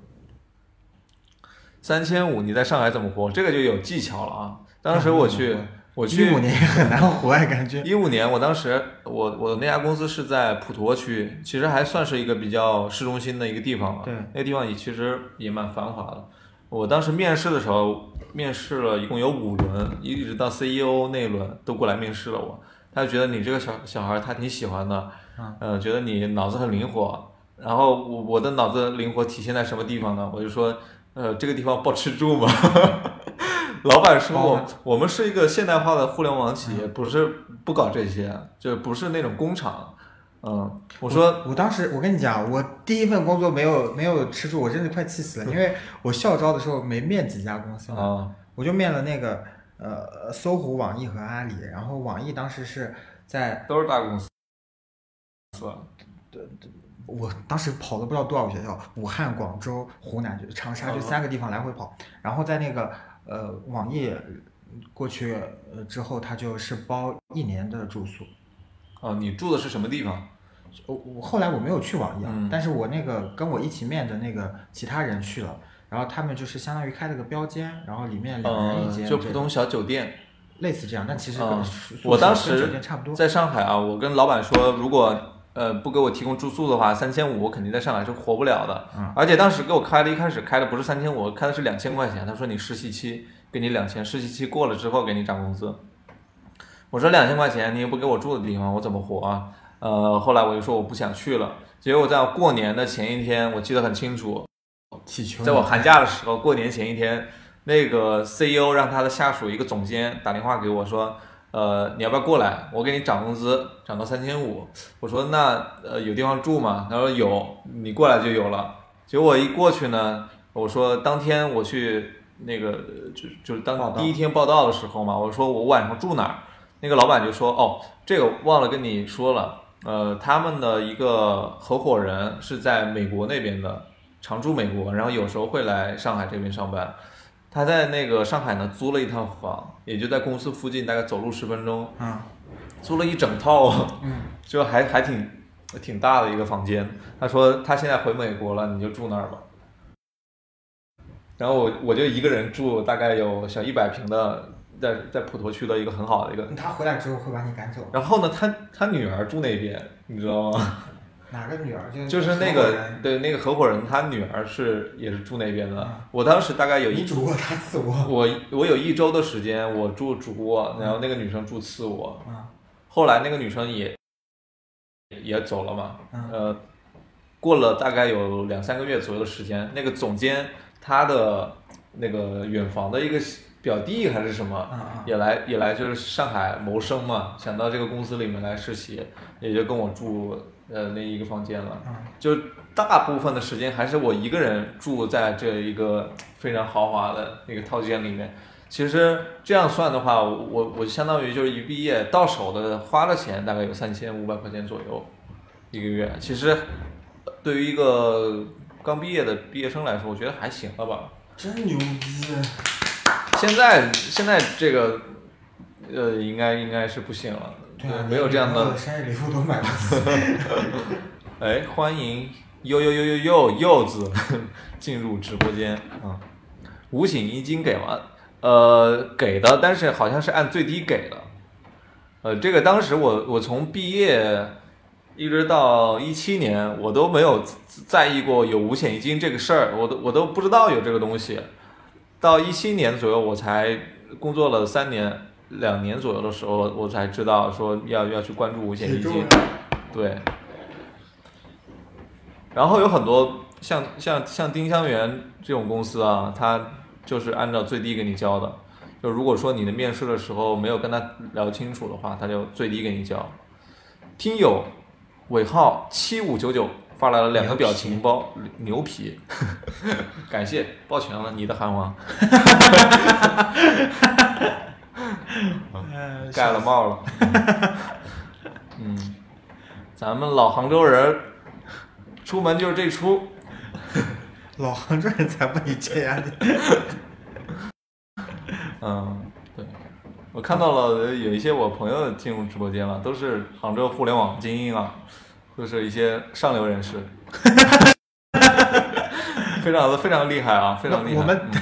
A: 三千五，你在上海怎么活？这个就有技巧了啊！当时我去，我去
B: 一五年也很难活哎，感觉。
A: 一五年，我当时我我那家公司是在普陀区，其实还算是一个比较市中心的一个地方吧。
B: 对
A: 那个地方也其实也蛮繁华的。我当时面试的时候，面试了一共有五轮，一直到 CEO 那一轮都过来面试了我。他就觉得你这个小小孩儿他挺喜欢的，
B: 嗯
A: 呃，觉得你脑子很灵活。然后我我的脑子灵活体现在什么地方呢？我就说，呃，这个地方包吃住嘛。 老板说
B: 哦
A: 我我们是一个现代化的互联网企业，不是不搞这些，就不是那种工厂。嗯，我说
B: 我当时我跟你讲，我第一份工作没有没有吃住，我真的快气死了，因为我校招的时候没面几家公司嘛，
A: 啊，
B: 我就面了那个呃搜狐、网易和阿里，然后网易当时是在
A: 都是大公司，是吧？
B: 我当时跑了不知道多少个学校，武汉、广州、湖南就长沙就
A: 嗯
B: 三个地方来回跑，然后在那个呃网易过去呃之后，他就是包一年的住宿。
A: 啊，你住的是什么地方？
B: 我我后来我没有去网易啊，
A: 嗯
B: 但是我那个跟我一起面的那个其他人去了，然后他们就是相当于开了个标间，然后里面两人一
A: 嗯
B: 间，，
A: 就普通小酒店。
B: 类似这样，但其实
A: 嗯
B: 跟宿舍
A: 我当
B: 跟酒
A: 时
B: 店差不多。
A: 在上海啊，我跟老板说，如果呃不给我提供住宿的话，三千五我肯定在上海是活不了的。
B: 嗯
A: 而且当时给我开的，一开始开的不是三千五，开的是两千块钱。他说你实习期给你两千，实习期过了之后给你涨工资。我说两千块钱你又不给我住的地方，我怎么活啊？呃，后来我就说我不想去了。结果在过年的前一天，我记得很清楚，
B: 祈求你
A: 在我寒假的时候，过年前一天，那个 CEO 让他的下属一个总监打电话给我说，呃，你要不要过来？我给你涨工资，涨到三千五。我说那呃有地方住吗？他说有，你过来就有了。结果我一过去呢，我说当天我去那个就就是
B: 报
A: 当
B: 道
A: 第一天报道的时候嘛，我说我晚上住哪儿？那个老板就说哦，这个忘了跟你说了。呃，他们的一个合伙人是在美国那边的，常驻美国，然后有时候会来上海这边上班。他在那个上海呢租了一套房，也就在公司附近，大概走路十分钟，
B: 嗯
A: 租了一整套，
B: 嗯，
A: 就还还挺挺大的一个房间。他说他现在回美国了，你就住那儿吧。然后我我就一个人住，大概有小一百平的，在在普陀区的一个很好的一个。
B: 他回来之后会把你赶走。
A: 然后呢，他他女儿住那边，你知道吗？
B: 哪个女儿？就是
A: 就是那
B: 合伙
A: 个
B: 人
A: 对那个合伙人，他女儿是也是住那边的。
B: 嗯
A: 我当时大概有一
B: 你煮过他次我
A: 我我有一周的时间，我住主卧，然后那个女生住次卧。
B: 啊，
A: 后来那个女生也也走了嘛，
B: 嗯
A: 呃，过了大概有两三个月左右的时间，那个总监他的那个远房的一个表弟还是什么，
B: 嗯嗯
A: 也来也来就是上海谋生嘛，想到这个公司里面来实习，也就跟我住呃那一个房间了，
B: 嗯
A: 就大部分的时间还是我一个人住在这一个非常豪华的那个套间里面。其实这样算的话，我我我相当于就是一毕业到手的花的钱大概有三千五百块钱左右一个月。其实呃对于一个刚毕业的毕业生来说，我觉得还行了吧。
B: 真牛逼！
A: 现在现在这个呃应该应该是不行了，
B: 对啊，
A: 没有这样
B: 连我
A: 的。
B: 生日礼物都买不起。
A: 哎，欢迎呦呦呦呦呦柚子进入直播间啊！五险一金给完，呃，给的，但是好像是按最低给的。呃，这个当时我我从毕业一直到一七年，我都没有在意过有五险一金这个事儿，我都我都不知道有这个东西。到一七年左右，我才工作了三年、两年左右的时候，我才知道说要要去关注五险一
B: 挺重
A: 金
B: 要。
A: 对。然后有很多像像像丁香园这种公司啊，它就是按照最低给你交的。就如果说你的面试的时候没有跟他聊清楚的话，他就最低给你交。听友尾号七五九九发来了两个表情包，牛皮， 感谢抱拳了你的韩王，嗯
B: 呃
A: 盖了帽了。嗯，咱们老杭州人出门就是这出，
B: 老杭州人才不理这样的。
A: 嗯，对，我看到了有一些我朋友进入直播间了，都是杭州互联网精英啊，都是一些上流人士， 非常的非常厉害啊，非常厉害。
B: 我们
A: 嗯、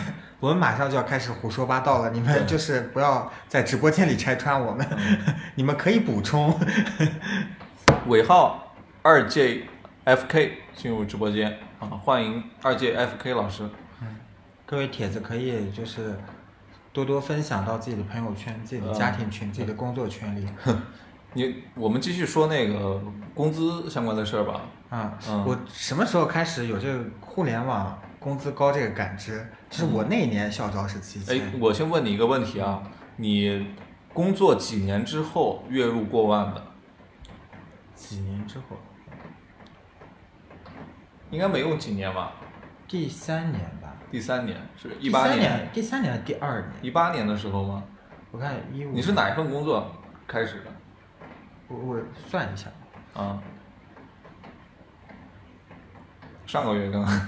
B: 我们马上就要开始胡说八道了，你们就是不要在直播间里拆穿我们，
A: 嗯
B: 你们可以补充。
A: 尾号二 JFK 进入直播间啊，欢迎二 JFK 老师。
B: 各位帖子可以就是多多分享到自己的朋友圈、自己
A: 嗯
B: 的家庭群、自己的工作圈 里。
A: 你我们继续说那个工资相关的事儿吧。
B: 啊、
A: 嗯
B: 我什么时候开始有这个互联网工资高这个感知，这是我那一年校招是七
A: 嗯哎
B: 千，，
A: 我先问你一个问题啊，你工作几年之后月入过万的？
B: 几年之后，
A: 应该没用几年吧？
B: 第三年吧，
A: 第三年是一
B: 第
A: 八
B: 三，第三年还是第二年，
A: 一八年的时候吗？
B: 我看一五，
A: 你是哪一份工作开始的？
B: 我我算一下，
A: 啊，上个 月刚刚，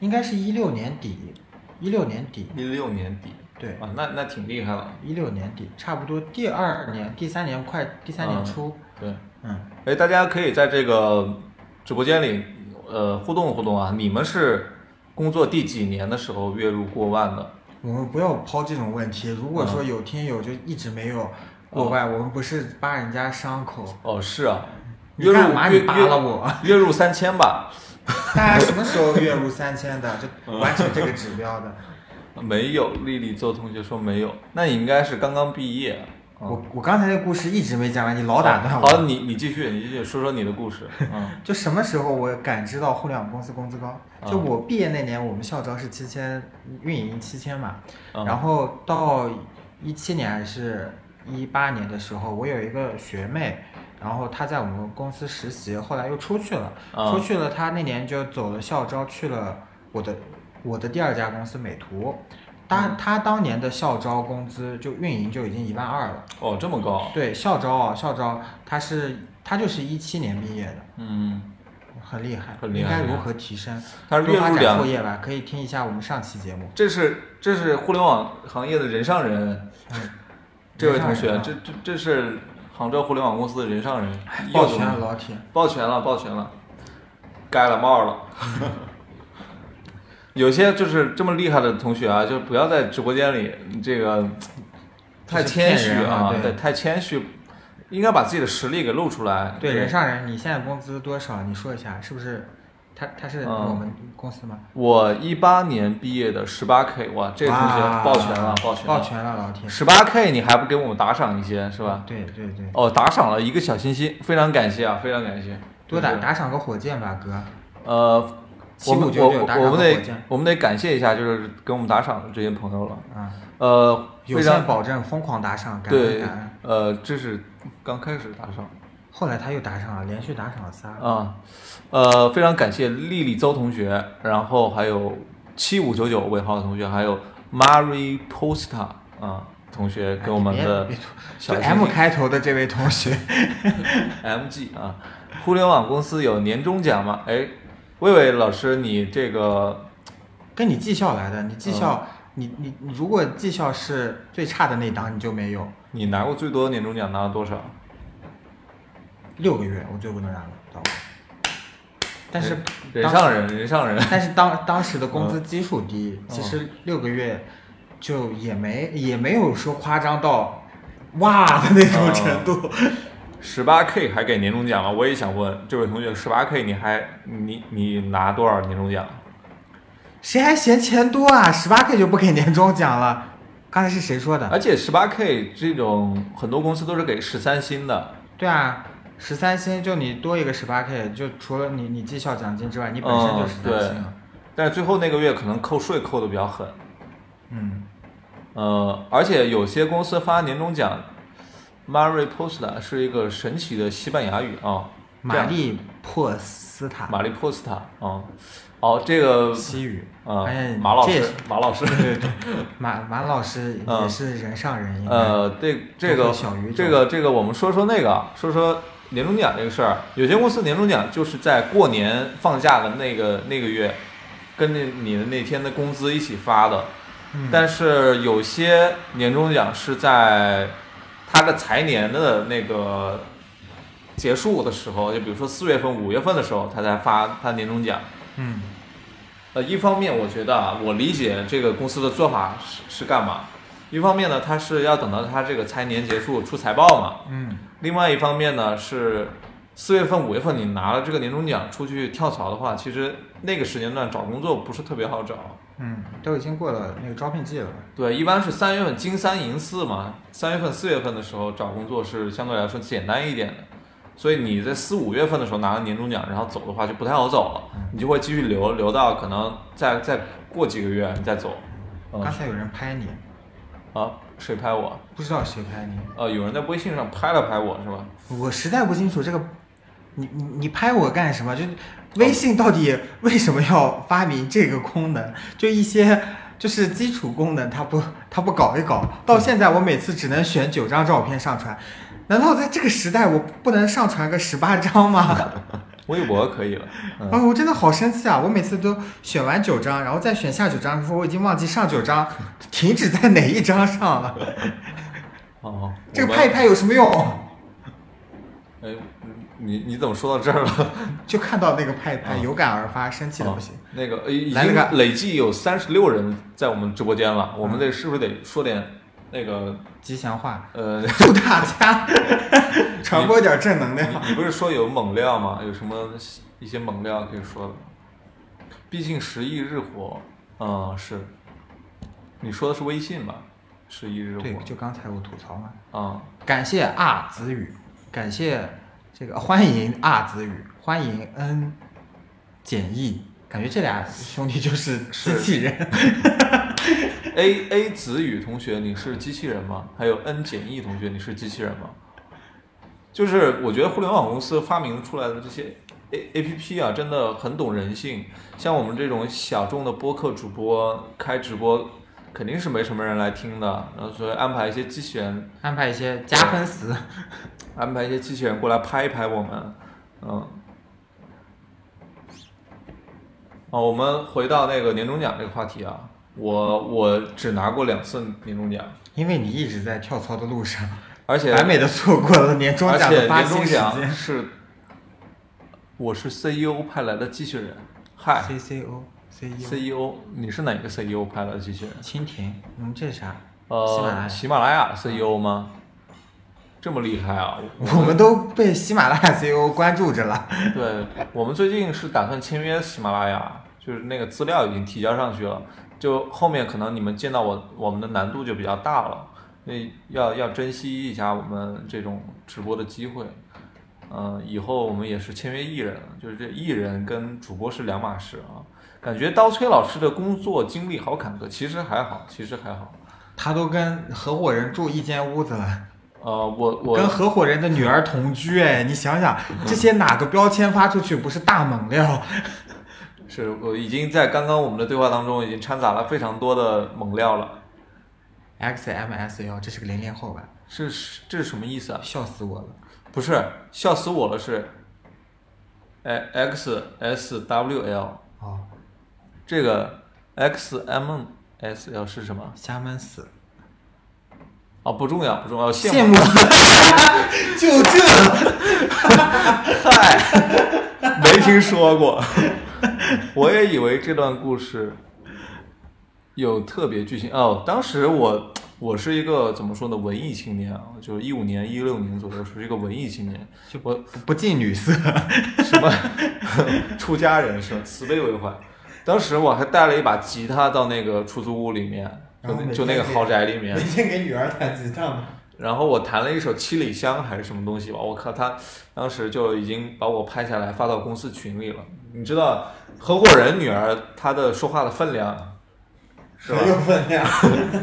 B: 应该是一六年底，一六年底，
A: 一六年底。
B: 对
A: 啊，那那挺厉害了。
B: 一六年底，差不多第二年、第三年快第三年初，
A: 对，
B: 嗯，
A: 哎，大家可以在这个直播间里，呃，互动互动啊。你们是工作第几年的时候月入过万的？
B: 我们不要抛这种问题。如果说有听友就一直没有过万，我们不是扒人家伤 口。
A: 哦，是啊，
B: 你
A: 月入
B: 干嘛
A: 月
B: 你扒
A: 月
B: 了我
A: 月入三千吧？
B: 大家什么时候月入三千的，就完成这个指标的？
A: 没有，丽丽周同学说没有，那你应该是刚刚毕业。嗯
B: 我我刚才那故事一直没讲完，你老打断
A: 好，
B: 我。
A: 你你继续，你继续说说你的故 事。嗯
B: 就什么时候我感知到互联网公司工资高？就
A: 嗯
B: 我毕业那年，我们校招是七千，运营七千嘛。
A: 嗯
B: 然后到一七年还是一八年的时候，我有一个学妹，然后她在我们公司实习，后来又出去了，
A: 嗯
B: 出去了，她那年就走了校招，去了我的我的第二家公司美图。她
A: 嗯
B: 她当年的校招工资就运营就已经一万二了，
A: 哦，这么高。
B: 对校招啊校招，她是她就是一七年毕业的，
A: 嗯，
B: 很厉害，
A: 很厉害
B: 应该如何提升？
A: 她是
B: 多
A: 月
B: 发
A: 入
B: 展
A: 两
B: 副业吧，可以听一下我们上期节目。
A: 这是这是互联网行业的人上人，
B: 嗯
A: 这位
B: 人上
A: 同
B: 人
A: 学，
B: 啊
A: 这这这是杭州互联网公司的人上人，
B: 抱
A: 又怎
B: 拳
A: 么
B: 啊老铁，
A: 抱拳了，抱拳了，盖了帽了。 有些就是这么厉害的同学啊，就不要在直播间里这个太谦虚啊，
B: 就是骗人啊对
A: 对，太谦虚，应该把自己的实力给露出来。
B: 对，人上人，你现在工资多少？你说一下，是不是？他他是
A: 嗯
B: 我们公司吗？
A: 我一八年毕业的，十八 K，哇，这个同学
B: 哇
A: 抱拳了，抱拳，
B: 抱，拳了，老铁。
A: 十八 K，你还不给我们打赏一些是吧？
B: 对对对，
A: 哦，打赏了一个小心心，非常感谢啊，非常感谢。
B: 多打
A: 就是
B: 打赏个火箭吧，哥。
A: 呃，我们
B: 7599
A: 我
B: 打
A: 我我们
B: 赏个火
A: 得
B: 箭
A: 我们得感谢一下，就是给我们打赏的这些朋友了。
B: 啊，
A: 呃，
B: 有
A: 非
B: 限
A: 常
B: 保证，疯狂打赏，感恩
A: 对
B: 感恩。，
A: 呃，这是刚开始打赏
B: 后来他又打赏了，连续打赏了仨。
A: 啊，呃，非常感谢丽丽邹同学，然后还有七五九九尾号的同学，还有 Mary Posta 啊同学给我们的
B: 哎你别别
A: 小
B: 就
A: 心
B: M
A: 心
B: 开头的这位同学，
A: MG 啊，互联网公司有年终奖吗？哎，魏魏老师，你这个
B: 跟你技校来的，你技校，
A: 嗯
B: 你你你如果技校是最差的那档，你就没有
A: 你拿过最多年终奖拿了多少？
B: 六个月，我最不能拿到。但是
A: 人
B: 当
A: 上嗯人，人上人。
B: 但是当 当时的工资基数低，其
A: 嗯
B: 实六个月就也没也没有说夸张到哇的那种程度。
A: 嗯十八 K 还给年终奖吗？我也想问这位同学，十八 K 你还你你拿多少年终奖？
B: 谁还嫌钱多啊？十八 K 就不给年终奖了？刚才是谁说的？
A: 而且十八 K 这种很多公司都是给十三薪的，
B: 对啊，十三薪就你多一个十八 K，就除了你你绩效奖金之外，你本身就
A: 嗯
B: 十三啊
A: 对
B: 薪了。
A: 但是最后那个月可能扣税扣的比较狠。
B: 嗯，
A: 呃，而且有些公司发年终奖，Mary Posta 是一个神奇的西班牙语啊，这
B: 玛
A: 样
B: 丽珀斯塔
A: 玛丽 Posta 啊，哦，这个
B: 西语，
A: 啊
B: 哎，呀，
A: 马老
B: 这也
A: 师
B: 是，
A: 马老师，
B: 对对对，马马老师也
A: 嗯
B: 是人上人，应该
A: 呃，这这
B: 都
A: 个
B: 会小于
A: 这个这个，我们说说那个啊，说说年终奖这个事儿。有些公司年终奖就是在过年放假的那个那个月，跟着你的那天的工资一起发的。
B: 嗯
A: 但是有些年终奖是在他的财年的那个结束的时候，就比如说四月份、五月份的时候，他才发他年终奖。
B: 嗯。
A: 呃，一方面我觉得啊，我理解这个公司的做法是是干嘛？一方面呢，它是要等到它这个财年结束出财报嘛；
B: 嗯
A: 另外一方面呢，是四月份、五月份你拿了这个年终奖出去跳槽的话，其实那个时间段找工作不是特别好找。
B: 嗯，都已经过了那个招聘季了。
A: 对，一般是三月份金三银四嘛，三月份、四月份的时候找工作是相对来说简单一点的。所以你在四五月份的时候拿了年终奖，然后走的话就不太好走了，
B: 嗯
A: 你就会继续留留到可能再再过几个月你再走。嗯
B: 刚才有人拍你，
A: 啊，谁拍我？
B: 不知道谁拍你，
A: 呃，有人在微信上拍了拍我是吧？
B: 我实在不清楚这个，你你你拍我干什么？就是微信到底为什么要发明这个功能？就一些就是基础功能，它不它不搞一搞，到现在我每次只能选九张照片上传，难道在这个时代我不能上传个十八 张吗？
A: 微博可以了。嗯
B: 啊，我真的好生气啊！我每次都选完九张，然后再选下九张，说我已经忘记上九张，停止在哪一张上了。
A: 哦，
B: 这个
A: 我
B: 拍一
A: 们，
B: 拍有什么用？
A: 哎，你你怎么说到这 儿了？
B: 就看到那个派
A: 啊
B: 派有感而发，生气的不行
A: 哦。那个呃已
B: 来了
A: 经
B: 个
A: 累计有三十六人在我们直播间了，我
B: 嗯
A: 们得是不是得说点那个
B: 吉祥话，
A: 呃，
B: 祝大家 传播点正能量。
A: 你你不是说有猛料吗？有什么一些猛料可以说的？毕竟十亿日活，嗯，是，你说的是微信吧？十亿日活
B: 对，就刚才我吐槽嘛。
A: 啊、
B: 感谢啊子宇，感谢这个欢迎啊子宇，欢迎嗯简易，感觉这俩兄弟就是机
A: 是
B: 器人。
A: a A 子宇同学，你是机器人吗？还有 N 简易同学，你是机器人吗？就是我觉得互联网公司发明出来的这些 A A P P 啊，真的很懂人性。像我们这种小众的播客主播开直播，肯定是没什么人来听的，然后所以安排一些机器人，
B: 安排一些加分词，
A: 安排一些机器人过来拍一拍我们，嗯。哦，我们回到那个年终奖这个话题啊，我我只拿过两次年终奖，
B: 因为你一直在跳槽的路上，
A: 而且
B: 完美的错过了年终
A: 而
B: 奖
A: 且
B: 的发
A: 年
B: 薪
A: 终
B: 时
A: 奖
B: 间。
A: 是，我是 CEO 派来的机器人。嗨
B: C C O C E O
A: ，CEO，你是哪个 CEO 派来的机器人？
B: 蜻蜓，嗯，这是啥？喜马
A: 呃，
B: 拉雅
A: 喜马拉雅的 CEO 吗？这么厉害啊！
B: 我们都被喜马拉雅 CEO 关注着了。
A: 对我们最近是打算签约喜马拉雅，就是那个资料已经提交上去了，就后面可能你们见到我我们的难度就比较大了，所以要要珍惜一下我们这种直播的机会。嗯、以后我们也是签约艺人，就是这艺人跟主播是两码事啊。感觉刀崔老师的工作经历好坎坷，其实还好，其实还好。
B: 他都跟合伙人住一间屋子了，
A: 呃，我我
B: 跟合伙人的女儿同 居。哎，你想想，这些哪个标签发出去不是大猛料？
A: 是我已经在刚刚我们的对话当中已经掺杂了非常多的猛料了。
B: XMSL，这是个零零后吧？
A: 是是这是什么意思啊？
B: 笑死我了！
A: 不是，笑死我了是，哎 X S W L
B: 哦，
A: 这个 X M S L 是什么？
B: 瞎闷死！
A: 哦，不重要，不重要，羡
B: 羡慕死！ 就这，
A: 没听说过， 我也以为这段故事有特别剧情哦。当时我我是一个怎么说呢，文艺青年啊，就是一五年、一六年左右，属于一个文艺青年。我
B: 不不近女色。
A: 什么出家人是吧？慈悲为怀。当时我还带了一把吉他到那个出租屋里面，就
B: 然后每
A: 那
B: 天
A: 就那个
B: 给
A: 豪宅里面
B: 每，天给女儿弹吉他吗？
A: 然后我弹了一首《七里香》还是什么东西吧，我靠，他当时就已经把我拍下来发到公司群里了。你知道合伙人女儿她的说话的分量是吧？啊
B: 分量。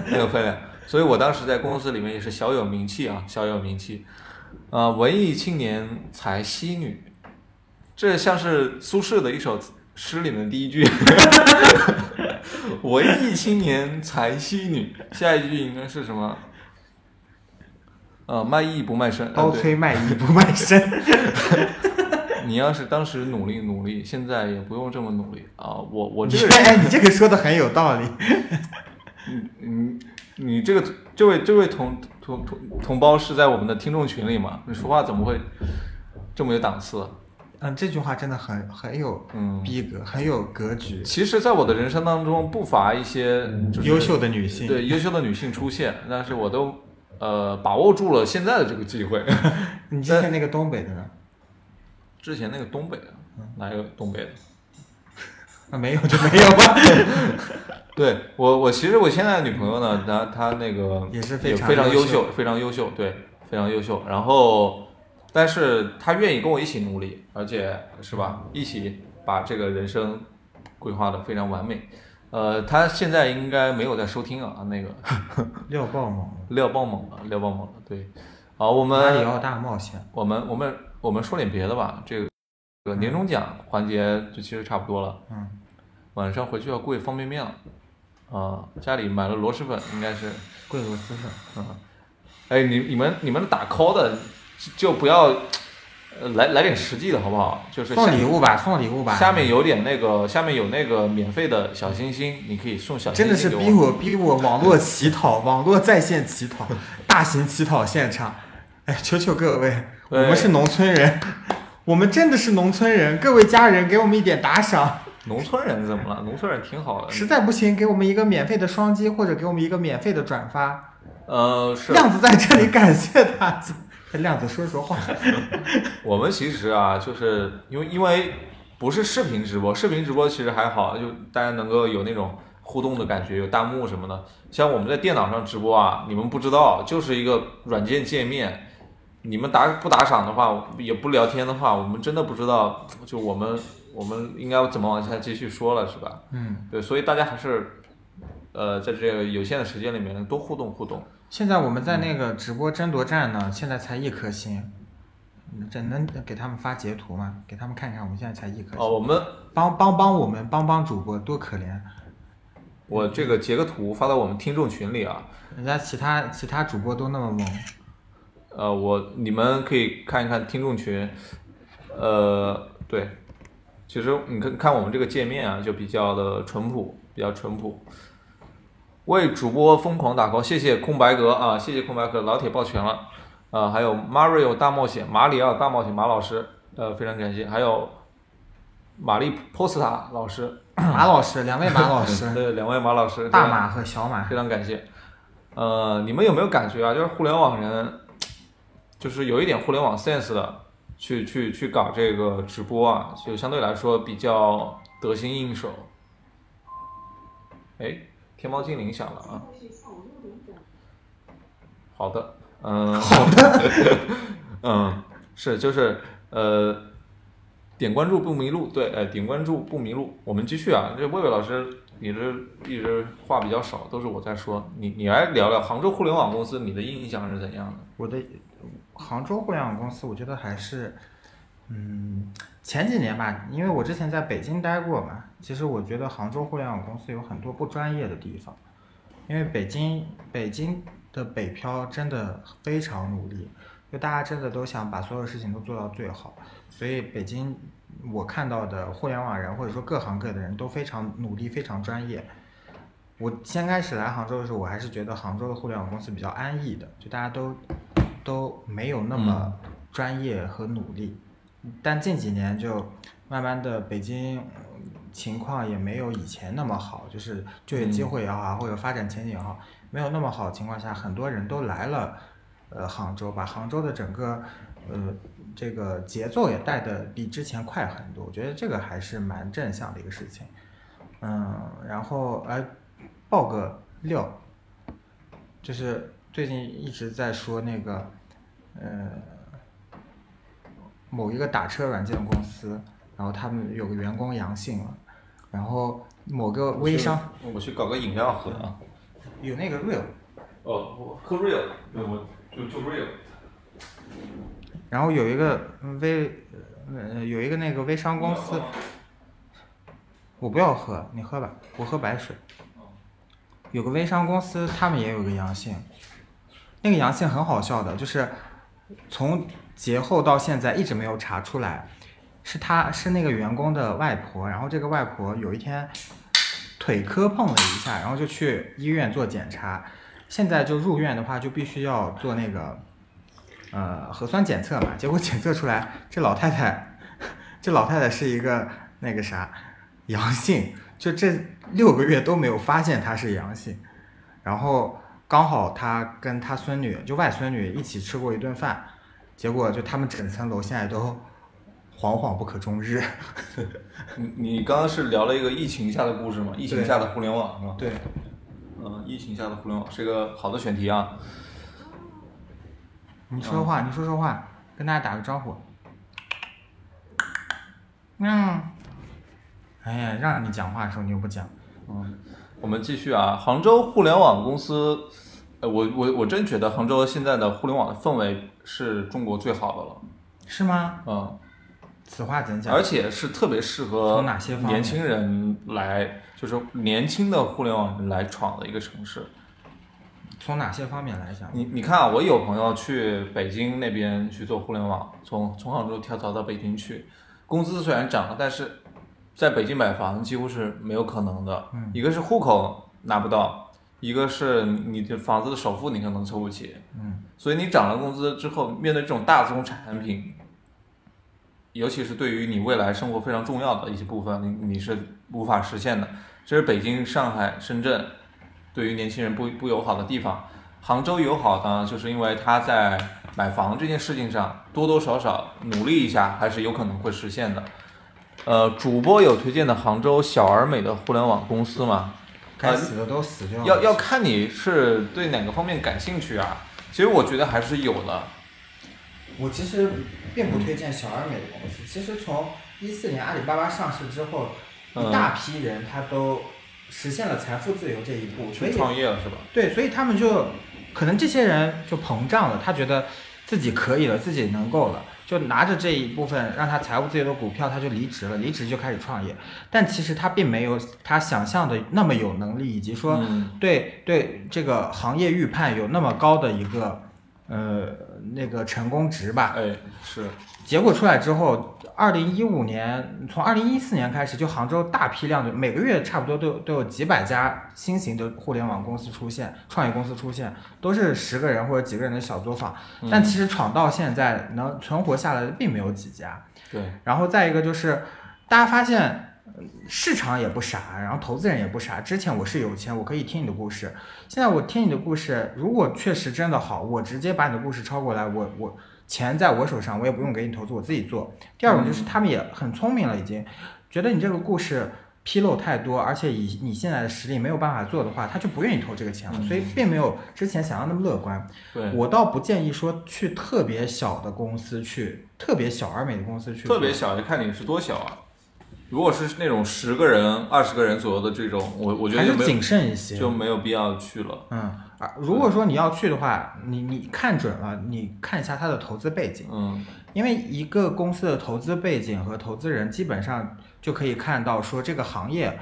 A: 那个分量。所以我当时在公司里面也是小有名气啊，小有名气。呃，文艺青年才惜女，这像是苏轼的一首诗里面的第一句。 文艺青年才惜女，下一句应该是什么？呃，卖艺不卖身。
B: 刀
A: 哦，对，
B: 崔卖艺不卖身。
A: 你要是当时努力努力，现在也不用这么努力啊、我我 这个人
B: 哎，你这个说的很有道理。
A: 你你嗯你这个这位这位同同同同胞是在我们的听众群里嘛？你说话怎么会这么有档次？
B: 嗯，这句话真的很很有
A: 嗯
B: 逼格，很有格局，
A: 其实，在我的人生当中，不乏一些就是
B: 优秀的女性。
A: 对优秀的女性出现，但是我都呃把握住了现在的这个机会。
B: 你之前那个东北的呢？
A: 之前那个东北的，
B: 嗯
A: 哪有东北的？
B: 啊，没有就没有吧。
A: 对我，我其实我现在的女朋友呢，她她那个
B: 也是
A: 非
B: 非常
A: 常
B: 优
A: 秀，非常优秀，对，非常优秀。然后但是他愿意跟我一起努力，而且是吧，一起把这个人生规划的非常完美。呃，他现在应该没有在收听啊，那个
B: 料爆猛了，
A: 料爆猛了，料爆猛了，对。好，我
B: 马里
A: 们
B: 奥大冒险，
A: 我们我们我们说点别的吧，这个这个年终奖环节就其实差不多了。
B: 嗯，
A: 晚上回去要跪方便面了，啊，家里买了螺蛳粉，应该是，
B: 贵螺蛳粉，
A: 嗯，哎，你你们你们打 call 的就就不要，呃，来来点实际的好不好？就是
B: 送
A: 下
B: 礼物吧，送礼物吧。
A: 下面有点那个，下面有那个免费的小星星，你可以送小星
B: 真的
A: 星
B: 是
A: 给
B: 逼我逼我网络乞讨，网络在线乞讨，大型乞讨现场。哎，求求各位，我
A: 对
B: 们是农村人，我们真的是农村人，各位家人给我们一点打赏，
A: 农村人怎么了？农村人挺好的。
B: 实在不行给我们一个免费的双击，或者给我们一个免费的转发。
A: 呃，是
B: 亮子在这里感谢大家， 哎亮子说说话，
A: 我们其实啊，就是因为因为不是视频直播，视频直播其实还好，就大家能够有那种互动的感觉，有弹幕什么的。像我们在电脑上直播啊，你们不知道，就是一个软件界面。你们打不打赏的话，也不聊天的话，我们真的不知道，就我们我们应该怎么往下继续说了，是吧？
B: 嗯。
A: 对，所以大家还是，呃，在这个有限的时间里面多互动互动。
B: 现在我们在
A: 嗯
B: 那个直播争夺战呢，现在才一颗星，这能给他们发截图吗？给他们看看，我们现在才一颗星，
A: 哦，我们
B: 帮帮帮我们，帮帮主播，多可怜！
A: 我这个截个图发到我们听众群里啊，
B: 人家其他其他主播都 那么猛，
A: 呃，我你们可以看一看听众群，呃，对，其实你看看我们这个界面啊，就比较的淳朴，比较淳朴。为主播疯狂打 call，谢谢空白格啊，谢谢空白格，老铁抱拳了。呃，还有 Mario 大冒险，马里奥大冒险，马老师，呃，非常感谢。还有玛丽 Posta 老师，
B: 马老师，两位马老师，
A: 对，两位马老师，
B: 大马和小马
A: 非，常感谢。呃，你们有没有感觉啊？就是互联网人，就是有一点互联网 sense 的，去去去搞这个直播啊，就相对来说比较得心应手。哎，天猫精灵响了啊！好的，嗯、好的， 嗯，是就是呃，点关注不迷路，对，呃，点关注不迷路。我们继续啊，这魏魏老师，你这一直话比较少，都是我在说，你你来聊聊杭州互联网公司，你的印象是怎样的？
B: 我的杭州互联网公司，我觉得还是，嗯，前几年吧，因为我之前在北京待过嘛，其实我觉得杭州互联网公司有很多不专业的地方，因为北京北京的北漂真的非常努力，就大家真的都想把所有事情都做到最好，所以北京我看到的互联网人或者说各行各业的人都非常努力，非常专业。我先开始来杭州的时候，我还是觉得杭州的互联网公司比较安逸的，就大家都都没有那么专业和努力。但近几年就慢慢的，北京嗯情况也没有以前那么好，就是就业机会也好啊，或者发展前景也好，没有那么好的情况下，很多人都来了呃杭州，把杭州的整个呃这个节奏也带的比之前快很多，我觉得这个还是蛮正向的一个事情。嗯，然后哎，爆个料，就是最近一直在说那个，呃，某一个打车软件公司，然后他们有个员工阳性了，然后某个微商
A: 我去，我去搞个饮料喝啊。
B: 有那个 real，
A: 哦，我喝 real，对，我就就 real。
B: 然后有一个微，呃，有一个那个微商公司，我不要喝，你喝吧，我喝白水。有个微商公司，他们也有个阳性，那个阳性很好笑的，就是从节后到现在一直没有查出来，是他是那个员工的外婆，然后这个外婆有一天腿磕碰了一下，然后就去医院做检查，现在就入院的话就必须要做那个呃核酸检测嘛，结果检测出来这老太太 这老太太是一个那个啥阳性，就这六个月都没有发现她是阳性，然后刚好她跟她孙女就外孙女一起吃过一顿饭，结果就他们整层楼现在都惶惶不可终日。
A: 你你刚刚是聊了一个疫情下的故事吗？疫情
B: 对
A: 下的互联网是吗？
B: 对，
A: 嗯，疫情下的互联网是一个好的选题啊。
B: 你说话，你说说话。跟大家打个招呼。嗯，哎呀，让你讲话的时候你又不讲，
A: 我们继续啊，杭州互联网公司，呃，我我我真觉得杭州现在的互联网的氛围是中国最好的了，
B: 是吗？
A: 嗯，
B: 此话怎讲？
A: 而且是特别适合
B: 从哪些方面
A: 年轻人来，就是年轻的互联网人来闯的一个城市。
B: 从哪些方面来讲？
A: 你你看啊，我有朋友去北京那边去做互联网，从从杭州跳槽到北京去，工资虽然涨了，但是在北京买房几乎是没有可能的。
B: 嗯
A: 一个是户口拿不到，一个是你的房子的首付你可能凑不齐，
B: 嗯，
A: 所以你涨了工资之后，面对这种大宗产品，尤其是对于你未来生活非常重要的一些部分，你你是无法实现的。这是北京、上海、深圳对于年轻人不不友好的地方。杭州友好呢，就是因为它在买房这件事情上多多少少努力一下，还是有可能会实现的。呃，主播有推荐的杭州小而美的互联网公司吗？
B: 该死的都死掉了。
A: 呃要要看你是对哪个方面感兴趣啊。其实我觉得还是有的。
B: 我其实并不推荐小而美的公司。其实从一四年阿里巴巴上市之后，
A: 嗯
B: 一大批人他都实现了财富自由这一步，所
A: 去
B: 以
A: 创业了是吧？
B: 对，所以他们就可能这些人就膨胀了，他觉得自己可以了，自己能够了，就拿着这一部分让他财务自由的股票，他就离职了，离职就开始创业。但其实他并没有他想象的那么有能力，以及说
A: 嗯
B: 对对这个行业预判有那么高的一个呃那个成功值吧。
A: 哎，是，
B: 结果出来之后，二零一五年从二零一四年开始，就杭州大批量的每个月差不多都有都有几百家新型的互联网公司出现，创业公司出现，都是十个人或者几个人的小作坊。
A: 嗯
B: 但其实闯到现在能存活下来的并没有几家。
A: 对，
B: 然后再一个就是，大家发现呃市场也不傻，然后投资人也不傻。之前我是有钱，我可以听你的故事，现在我听你的故事，如果确实真的好，我直接把你的故事抄过来，我我钱在我手上，我也不用给你投资，我自己做。第二种就是他们也很聪明了，已经觉得你这个故事。纰漏太多，而且以你现在的实力没有办法做的话，他就不愿意投这个钱了，所以并没有之前想象那么乐观。
A: 嗯对，
B: 我倒不建议说去特别小的公司去，特别小而美的公司去做，
A: 特别小，就看你是多小啊。如果是那种十个人、二十个人左右的这种，我我觉
B: 还
A: 得就是没有
B: 谨慎一些。
A: 就没有必要去了。
B: 嗯，啊，如果说你要去的话，你你看准了，你看一下它的投资背景，
A: 嗯，
B: 因为一个公司的投资背景和投资人基本上就可以看到说这个行业，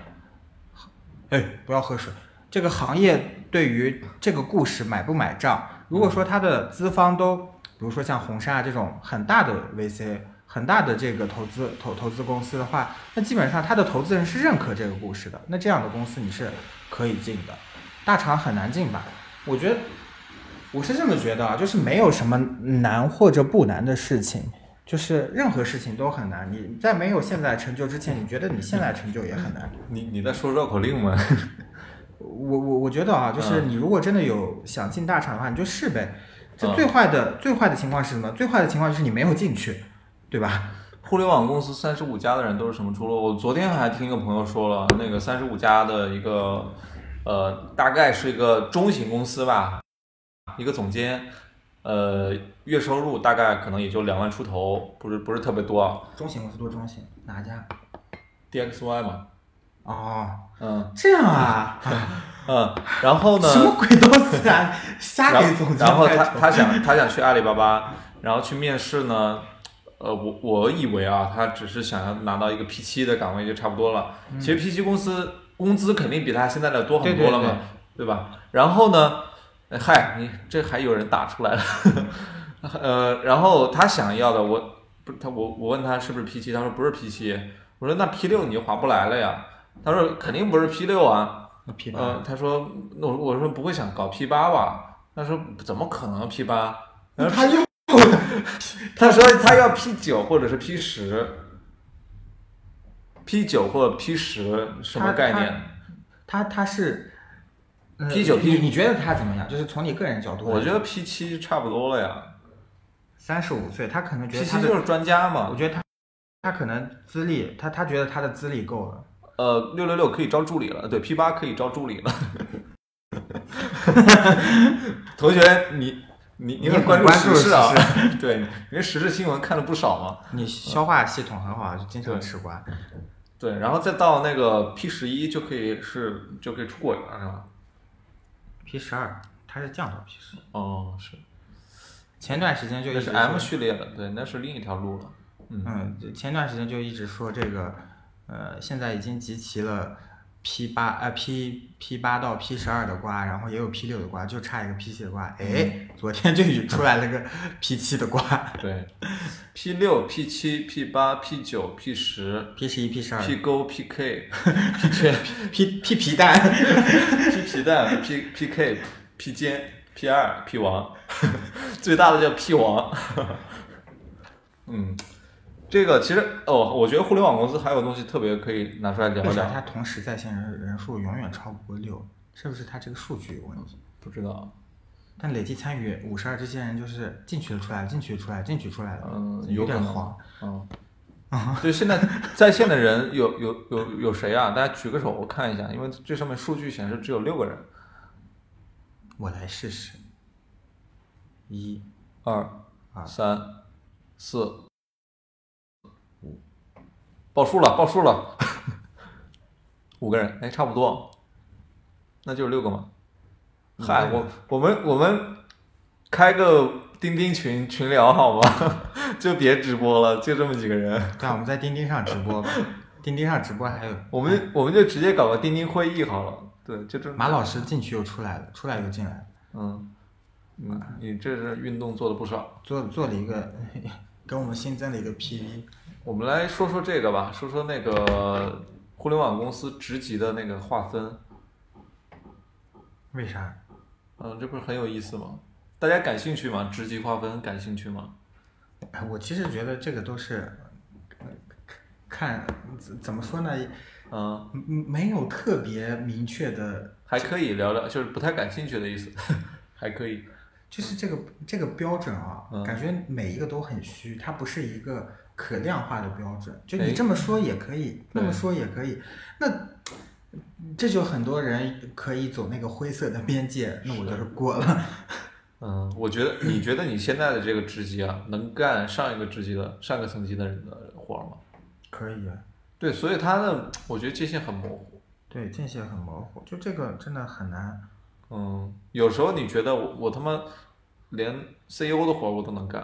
B: 哎，不要喝水，这个行业对于这个故事买不买账。如果说它的资方都，比如说像红杉啊这种很大的 VC。很大的这个投资投投资公司的话，那基本上它的投资人是认可这个故事的，那这样的公司你是可以进的。大厂很难进吧？我觉得我是这么觉得啊，就是没有什么难或者不难的事情，就是任何事情都很难。你在没有现在成就之前，你觉得你现在成就也很难。
A: 你你在说绕口令吗？
B: 我我我觉得啊，就是
A: 嗯
B: 你如果真的有想进大厂的话，你就试呗。这最坏的、最坏的情况是什么？最坏的情况就是你没有进去，对吧？
A: 互联网公司三十五家的人都是什么出路？我昨天还听一个朋友说了，那个三十五家的一个，呃，大概是一个中型公司吧，一个总监，呃，月收入大概可能也就两万出头，不是不是特别多啊。
B: 中型公司多中型，哪家？
A: DXY 嘛，
B: 哦，
A: 嗯
B: 这样啊，
A: 嗯，然后呢？
B: 什么鬼东西啊？瞎
A: 然
B: 给
A: 后
B: 总结
A: 然后
B: 开
A: 他
B: 头
A: 他想他想去阿里巴巴，然后去面试呢，呃，我我以为啊，他只是想要拿到一个 P 七的岗位就差不多了。其实 P 七公司工资肯定比他现在的多很多了嘛，
B: 嗯
A: 对
B: 对对
A: 吧？然后呢，呃嗨，你这还有人打出来了， 呃，然后他想要的我不是他我我问他是不是 P 七，他说不是 P 七，我说那 P 六你就划不来了呀，他说肯定不是 P 六啊。
B: 那批判
A: 呃，他说，那我我说不会想搞 P 八吧？他说怎么可能 P 八？然后
B: 他又
A: 他说他要 P 九或者是 P 十，P 九或者 P 十什么
B: 他
A: 概
B: 他
A: 念？
B: 他他是呃
A: P9
B: 你你觉得他怎么样？就是从你个人角度来说，
A: 我觉得 P 七差不多了呀
B: 三十五岁，他可能觉
A: ，P
B: 得他
A: 七
B: 的，
A: 就是专家
B: 我
A: 嘛。
B: 觉得他他可能资历，他他觉得他的资历够了。
A: 呃，六六六可以招助理了，对，P 八可以招助理了。同学，你你
B: 你
A: 很
B: 很
A: 关
B: 关注
A: 时事啊
B: 时？
A: 对，你时事新闻看的不少嘛。
B: 你消化系统很好，就经常
A: 对
B: 吃瓜。
A: 对，然后再到那个 P 十一就可以是就可以出果园了，是吧？
B: P 十二它是降噪 P 十，
A: 哦，是，
B: 前段时间就一
A: 那
B: 直
A: 是
B: 说
A: M 序列的，对，那是另一条路了。嗯，
B: 嗯，就前段时间就一直说这个，呃，现在已经集齐了 P 八呃 P P 八到 P 十二的瓜，然后也有 P 六的瓜，就差一个 P 七的瓜。哎，
A: 嗯
B: 昨天就已出来了个 P 七的瓜
A: 对，P 六、P 七、P 八、P 九、P 十、
B: ，P 十一、P 十二、
A: P 勾、PK、P 圈、
B: P P 皮 蛋，
A: P 皮蛋、P PK、P 尖、P 二、P 王， 最大的叫 P 王。嗯，这个其实哦，我觉得互联网公司还有东西特别可以拿出来聊
B: 为
A: 一
B: 啥
A: 聊。
B: 啊它同时在线人人数永远超不过六？是不是它这个数据有问题？
A: 不知道，啊
B: 但累计参与五十二这些人就是进去了出来了，进去了出来了，进去了出来了，
A: 嗯，
B: 有
A: 可
B: 点啊
A: 能
B: 慌。，
A: 嗯。 就现在在线的人有有有有谁啊？大家举个手，我看一下，因为这上面数据显示只有六个人，
B: 我来试试，一
A: 二、
B: 二
A: 三、四、五，报数了，报数了， 五个人，哎，差不多，那就是六个嘛。嗨，我我们我们开个钉钉群群聊好吗？ 就别直播了，就这么几个人，
B: 对啊，我们在钉钉上直播吧，钉钉上直播还有
A: 我们我们就直接搞个钉钉会议好了。对，就这么
B: 马老师进去又出来了，出来又进来了，
A: 嗯嗯，你这是运动做的不少。
B: 做做了一个， 跟我们新增了一个 PV，
A: 我们来说说这个吧，说说那个互联网公司职级的那个划分，
B: 为啥？
A: 嗯，这不是很有意思吗？大家感兴趣吗？职级划分感兴趣吗？
B: 哎我其实觉得这个都是，呃看怎怎么说呢，
A: 嗯，
B: 嗯没有特别明确的，
A: 还可以聊聊，就是不太感兴趣的意思， 还可以。
B: 就是这个这个标准啊
A: 嗯，
B: 感觉每一个都很虚，它不是一个可量化的标准。就
A: 哎
B: 你这么说也可以，那么说也可以，那。这就很多人可以走那个灰色的边界，那我就是过了。
A: 嗯，我觉得你觉得你现在的这个职级啊，能干上一个职级的上个层级的人的活儿吗？
B: 可以啊，
A: 对，所以他的我觉得界限很模糊。
B: 对，界限很模糊，就这个真的很难。
A: 嗯，有时候你觉得我我他妈连 CEO 的活儿我都能干，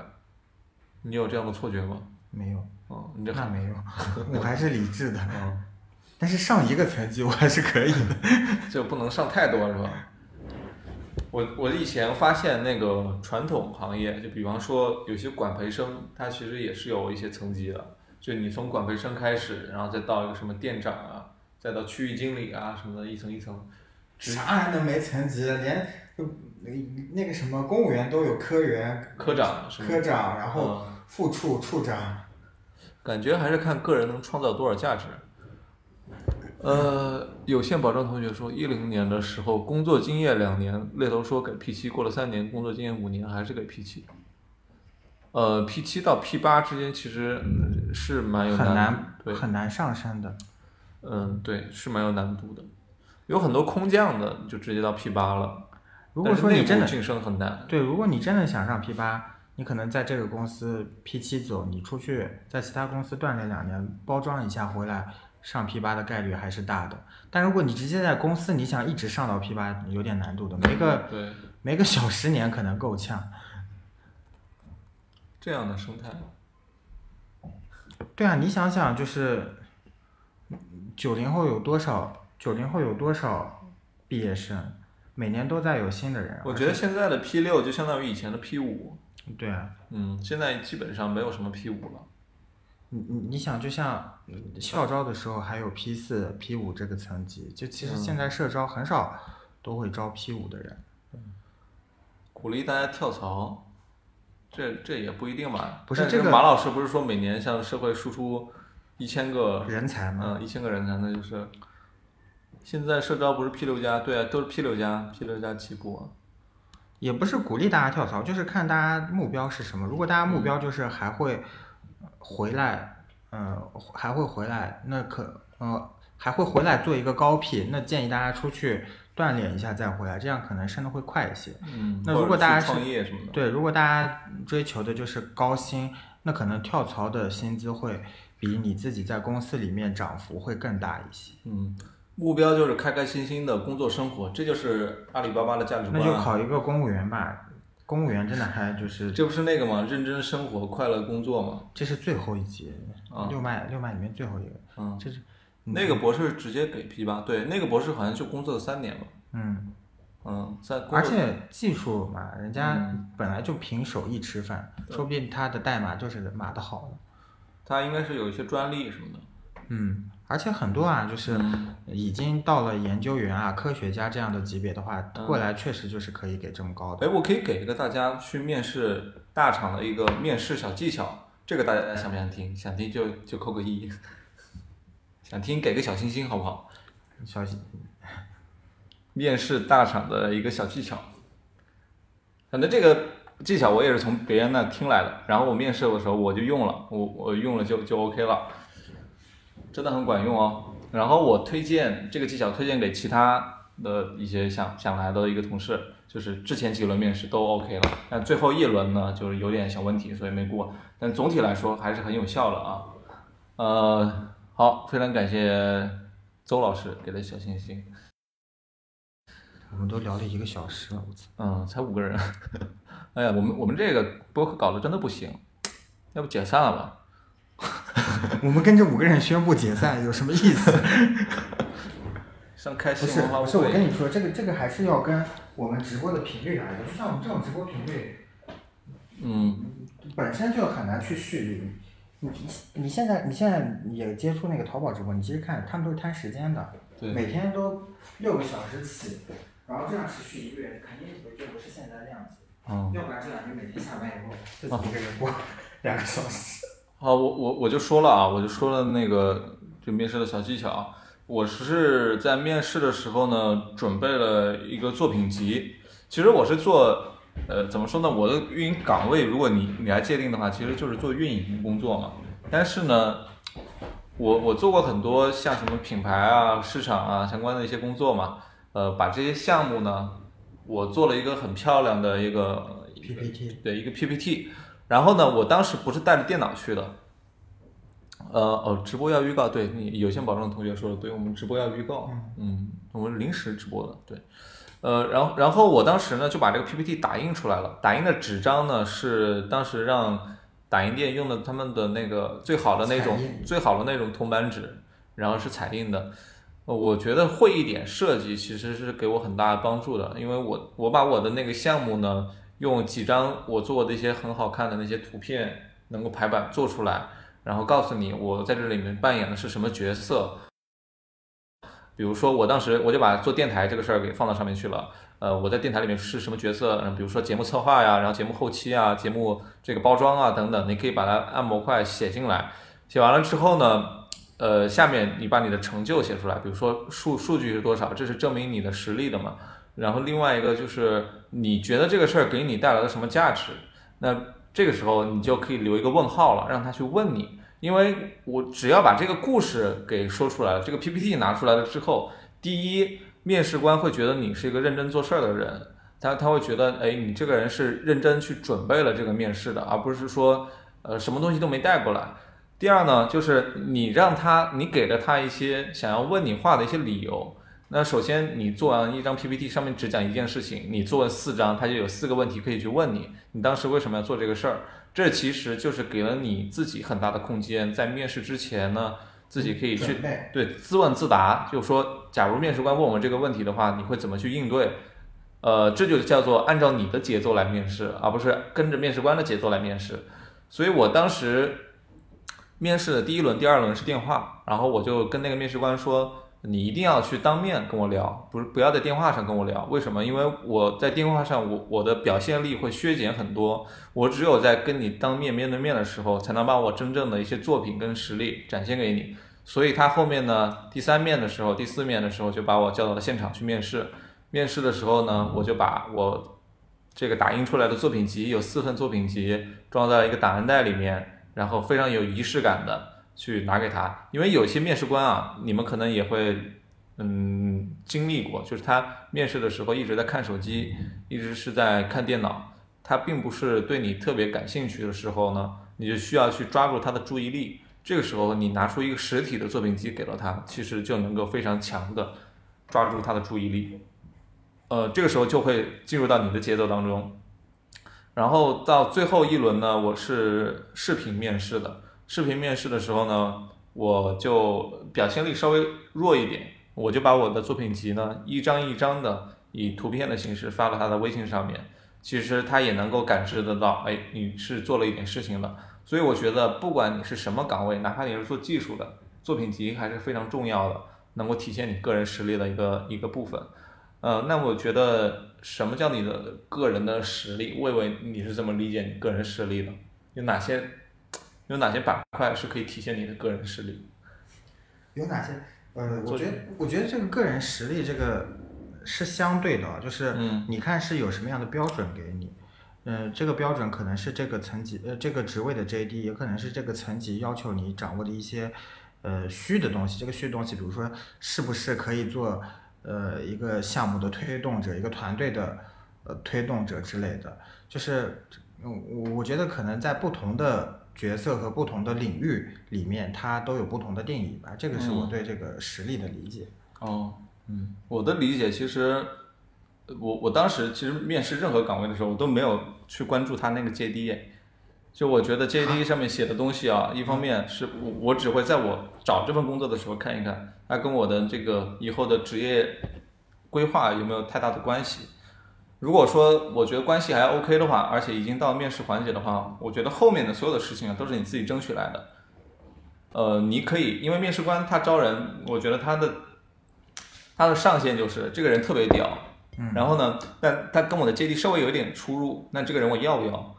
A: 你有这样的错觉吗？
B: 没有，
A: 嗯，你这
B: 那没有，我还是理智的。
A: 嗯，
B: 但是上一个层级我还是可以的。
A: 就不能上太多是吧？我我以前发现那个传统行业，就比方说有些管培生，他其实也是有一些层级的，就你从管培生开始，然后再到一个什么店长啊，再到区域经理啊什么的，一层一层。
B: 啥还能没层级？连呃那个什么公务员都有科员、
A: 科长什么的
B: 科长，然后
A: 嗯
B: 副处、处长。
A: 感觉还是看个人能创造多少价值。呃，有限保障同学说，一零年的时候工作经验两年，猎头说给 P 七，过了三年工作经验五年，还是给 P 七。呃，P 七到 P 八之间其实嗯是蛮有
B: 很
A: 难
B: 难
A: 度，对，
B: 很难上升的，
A: 嗯，对，是蛮有难度的。有很多空降的就直接到 P 八了，
B: 如果说
A: 但是内
B: 你
A: 部
B: 真的
A: 晋升很难，
B: 对，如果你真的想上 P 八，你可能在这个公司 P 七走，你出去在其他公司锻炼两年，包装一下回来上 P 八的概率还是大的。但如果你直接在公司，你想一直上到 P 八，有点难度的，没个
A: 对
B: 没个小十年可能够呛。
A: 这样的生态，
B: 对啊，你想想，就是九零后有多少？九零后有多少毕业生？每年都在有新的人。
A: 我觉得现在的 P 六就相当于以前的 P 五，
B: 对啊，
A: 嗯，现在基本上没有什么 P 五了。
B: 你你你想，就像校招的时候还有 P 四、P 五这个层级，就其
A: 嗯
B: 实现在社招很少都会招 P 五的人，
A: 鼓励大家跳槽，这这也不一定吧？
B: 不是
A: 但
B: 这个
A: 马老师不是说每年向社会输出一千个
B: 人才嘛。
A: 嗯一千个人才，那就是现在社招不是 P 六加，对啊，都是 P 六加 P 六加起步啊。
B: 也不是鼓励大家跳槽，就是看大家目标是什么。如果大家目标就是还会回来，嗯、还会回来，那可呃还会回来做一个高 P，那建议大家出去锻炼一下再回来，这样可能升的会快一些。
A: 嗯，
B: 那如果大
A: 或者
B: 家是
A: 去创业什么的，
B: 对，如果大家追求的就是高薪，那可能跳槽的薪资会比你自己在公司里面涨幅会更大一些。
A: 嗯，目标就是开开心心的工作生活，这就是阿里巴巴的价值
B: 那
A: 观
B: 就
A: 啊。
B: 考一个公务员吧，公务员真的还就是
A: 这不是那个吗？认真生活，快乐工作吗？
B: 这是最后一集，
A: 啊
B: 六脉六脉里面最后一个，
A: 嗯，
B: 这是
A: 那个博士直接给批吧？对，那个博士好像就工作了三年吧。
B: 嗯。
A: 嗯，在工作
B: 而且技术嘛，人家
A: 嗯
B: 本来就凭手艺吃饭，说不定他的代码就是码的好的。
A: 他应该是有一些专利什么的。
B: 嗯，而且很多啊，就是
A: 嗯
B: 已经到了研究员啊、科学家这样的级别的话，
A: 嗯
B: 过来确实就是可以给这么高的。
A: 哎，我可以给一个大家去面试大厂的一个面试小技巧，这个大家想不想听？想听就就扣个一， 想听给个小星星好不好？
B: 小心，
A: 面试大厂的一个小技巧。反正这个技巧我也是从别人那听来的，然后我面试的时候我就用了，我我用了就就 OK 了，真的很管用哦。然后我推荐这个技巧推荐给其他的一些想想来的一个同事，就是之前几轮面试都 OK 了，但最后一轮呢就是有点小问题，所以没过。但总体来说还是很有效的啊。呃，好，非常感谢周老师给的小星星。
B: 我们都聊了一个小时了，我操！
A: 嗯，才五个人。 哎呀，我们我们这个播客搞得真的不行，要不解散了吧？
B: 我们跟这五个人宣布 解散有什么意思？
A: 像开
B: 不
A: 新
B: 是
A: 闻发
B: 不
A: 布
B: 是，我跟
A: 会，
B: 你说，这个这个还是要跟我们直播的频率来的，就像我们这种直播频率。
A: 嗯，
B: 本身就很难去蓄力。你你现在你现在也接触那个淘宝直播，你其实看他们都是贪时间的，
A: 对
B: 每天都六个小时起，然后这样持续一个月，肯定不就不是现在的样子。
A: 嗯，
B: 要不然这两天每天下班以后自己一个人过 两个小时。
A: 好，我我我就说了啊，我就说了那个就面试的小技巧。啊我是在面试的时候呢，准备了一个作品集。其实我是做，呃，怎么说呢？我的运营岗位，如果你你来界定的话，其实就是做运营工作嘛。但是呢，我我做过很多像什么品牌啊、市场啊相关的一些工作嘛，呃，把这些项目呢，我做了一个很漂亮的一个
B: PPT
A: 对一个 PPT，然后呢，我当时不是带着电脑去的，呃哦，直播要预告，对你有限保障的同学说的对，我们直播要预告，嗯，我们临时直播的，对，呃，然后然后我当时呢就把这个 PPT 打印出来了，打印的纸张呢是当时让打印店用的他们的那个最好的那种
B: 彩印
A: 最好的那种铜板纸，然后是彩印的。呃我觉得会一点设计其实是给我很大的帮助的，因为我我把我的那个项目呢，用几张我做的一些很好看的那些图片能够排版做出来，然后告诉你我在这里面扮演的是什么角色。比如说，我当时我就把做电台这个事儿给放到上面去了。呃，我在电台里面是什么角色？嗯，比如说节目策划呀，然后节目后期啊，节目这个包装啊等等，你可以把它按模块写进来。写完了之后呢，呃，下面你把你的成就写出来，比如说数数据是多少，这是证明你的实力的嘛。然后另外一个就是你觉得这个事儿给你带来了什么价值？那这个时候你就可以留一个问号了，让他去问你，因为我只要把这个故事给说出来了，这个 PPT 拿出来了之后，第一，面试官会觉得你是一个认真做事儿的人，他他会觉得，哎，你这个人是认真去准备了这个面试的，而不是说，呃，什么东西都没带过来。第二呢，就是你让他，你给了他一些想要问你话的一些理由。那首先，你做完一张 PPT，上面只讲一件事情，你做了四张，他就有四个问题可以去问你，你当时为什么要做这个事儿？这其实就是给了你自己很大的空间，在面试之前呢，自己可以去
B: 准备
A: 对自问自答，就说假如面试官问我们这个问题的话，你会怎么去应对？呃，这就叫做按照你的节奏来面试，而不是跟着面试官的节奏来面试。所以我当时面试的第一轮、第二轮是电话，然后我就跟那个面试官说，你一定要去当面跟我聊，不是不要在电话上跟我聊。为什么？因为我在电话上我我的表现力会削减很多，我只有在跟你当面面对面的时候，才能把我真正的一些作品跟实力展现给你。所以他后面呢，第三面的时候、第四面的时候就把我叫到了现场去面试。面试的时候呢，我就把我这个打印出来的作品集有四份作品集装在一个档案袋里面，然后非常有仪式感的去拿给他，因为有些面试官啊，你们可能也会嗯经历过，就是他面试的时候一直在看手机，一直是在看电脑，他并不是对你特别感兴趣的时候呢，你就需要去抓住他的注意力。这个时候你拿出一个实体的作品集给了他，其实就能够非常强的抓住他的注意力。呃，这个时候就会进入到你的节奏当中。然后到最后一轮呢，我是视频面试的。视频面试的时候呢，我就表现力稍微弱一点，我就把我的作品集呢一张一张的以图片的形式发到他的微信上面。其实他也能够感知得到，哎，你是做了一点事情的。所以我觉得，不管你是什么岗位，哪怕你是做技术的，作品集还是非常重要的，能够体现你个人实力的一个一个部分。呃，那我觉得什么叫你的个人的实力？魏魏，你是怎么理解你个人实力的？有哪些有哪些板块是可以体现你的个人实力？
B: 有哪些？呃，我
A: 做
B: 觉得，我觉得这个个人实力这个是相对的啊，就是
A: 嗯
B: 你看是有什么样的标准给你，嗯、这个标准可能是这个层级，呃，这个职位的 JD，也可能是这个层级要求你掌握的一些呃虚的东西。这个虚的东西，比如说是不是可以做呃一个项目的推动者，一个团队的呃推动者之类的，就是嗯，我我觉得可能在不同的角色和不同的领域里面，它都有不同的定义吧。这个是我
A: 嗯
B: 对这个实力的理解。
A: 哦，
B: 嗯
A: 我的理解其实，我我当时其实面试任何岗位的时候，我都没有去关注他那个 JD，哎就我觉得 JD 上面写的东西啊，一方面是我我只会在我找这份工作的时候看一看，它跟我的这个以后的职业规划有没有太大的关系。如果说我觉得关系还 OK 的话，而且已经到面试环节的话，我觉得后面的所有的事情啊都是你自己争取来的。呃，你可以，因为面试官他招人，我觉得他的他的上限就是这个人特别屌，
B: 嗯
A: 然后呢，但他跟我的 JD 稍微有一点出入，那这个人我要不要？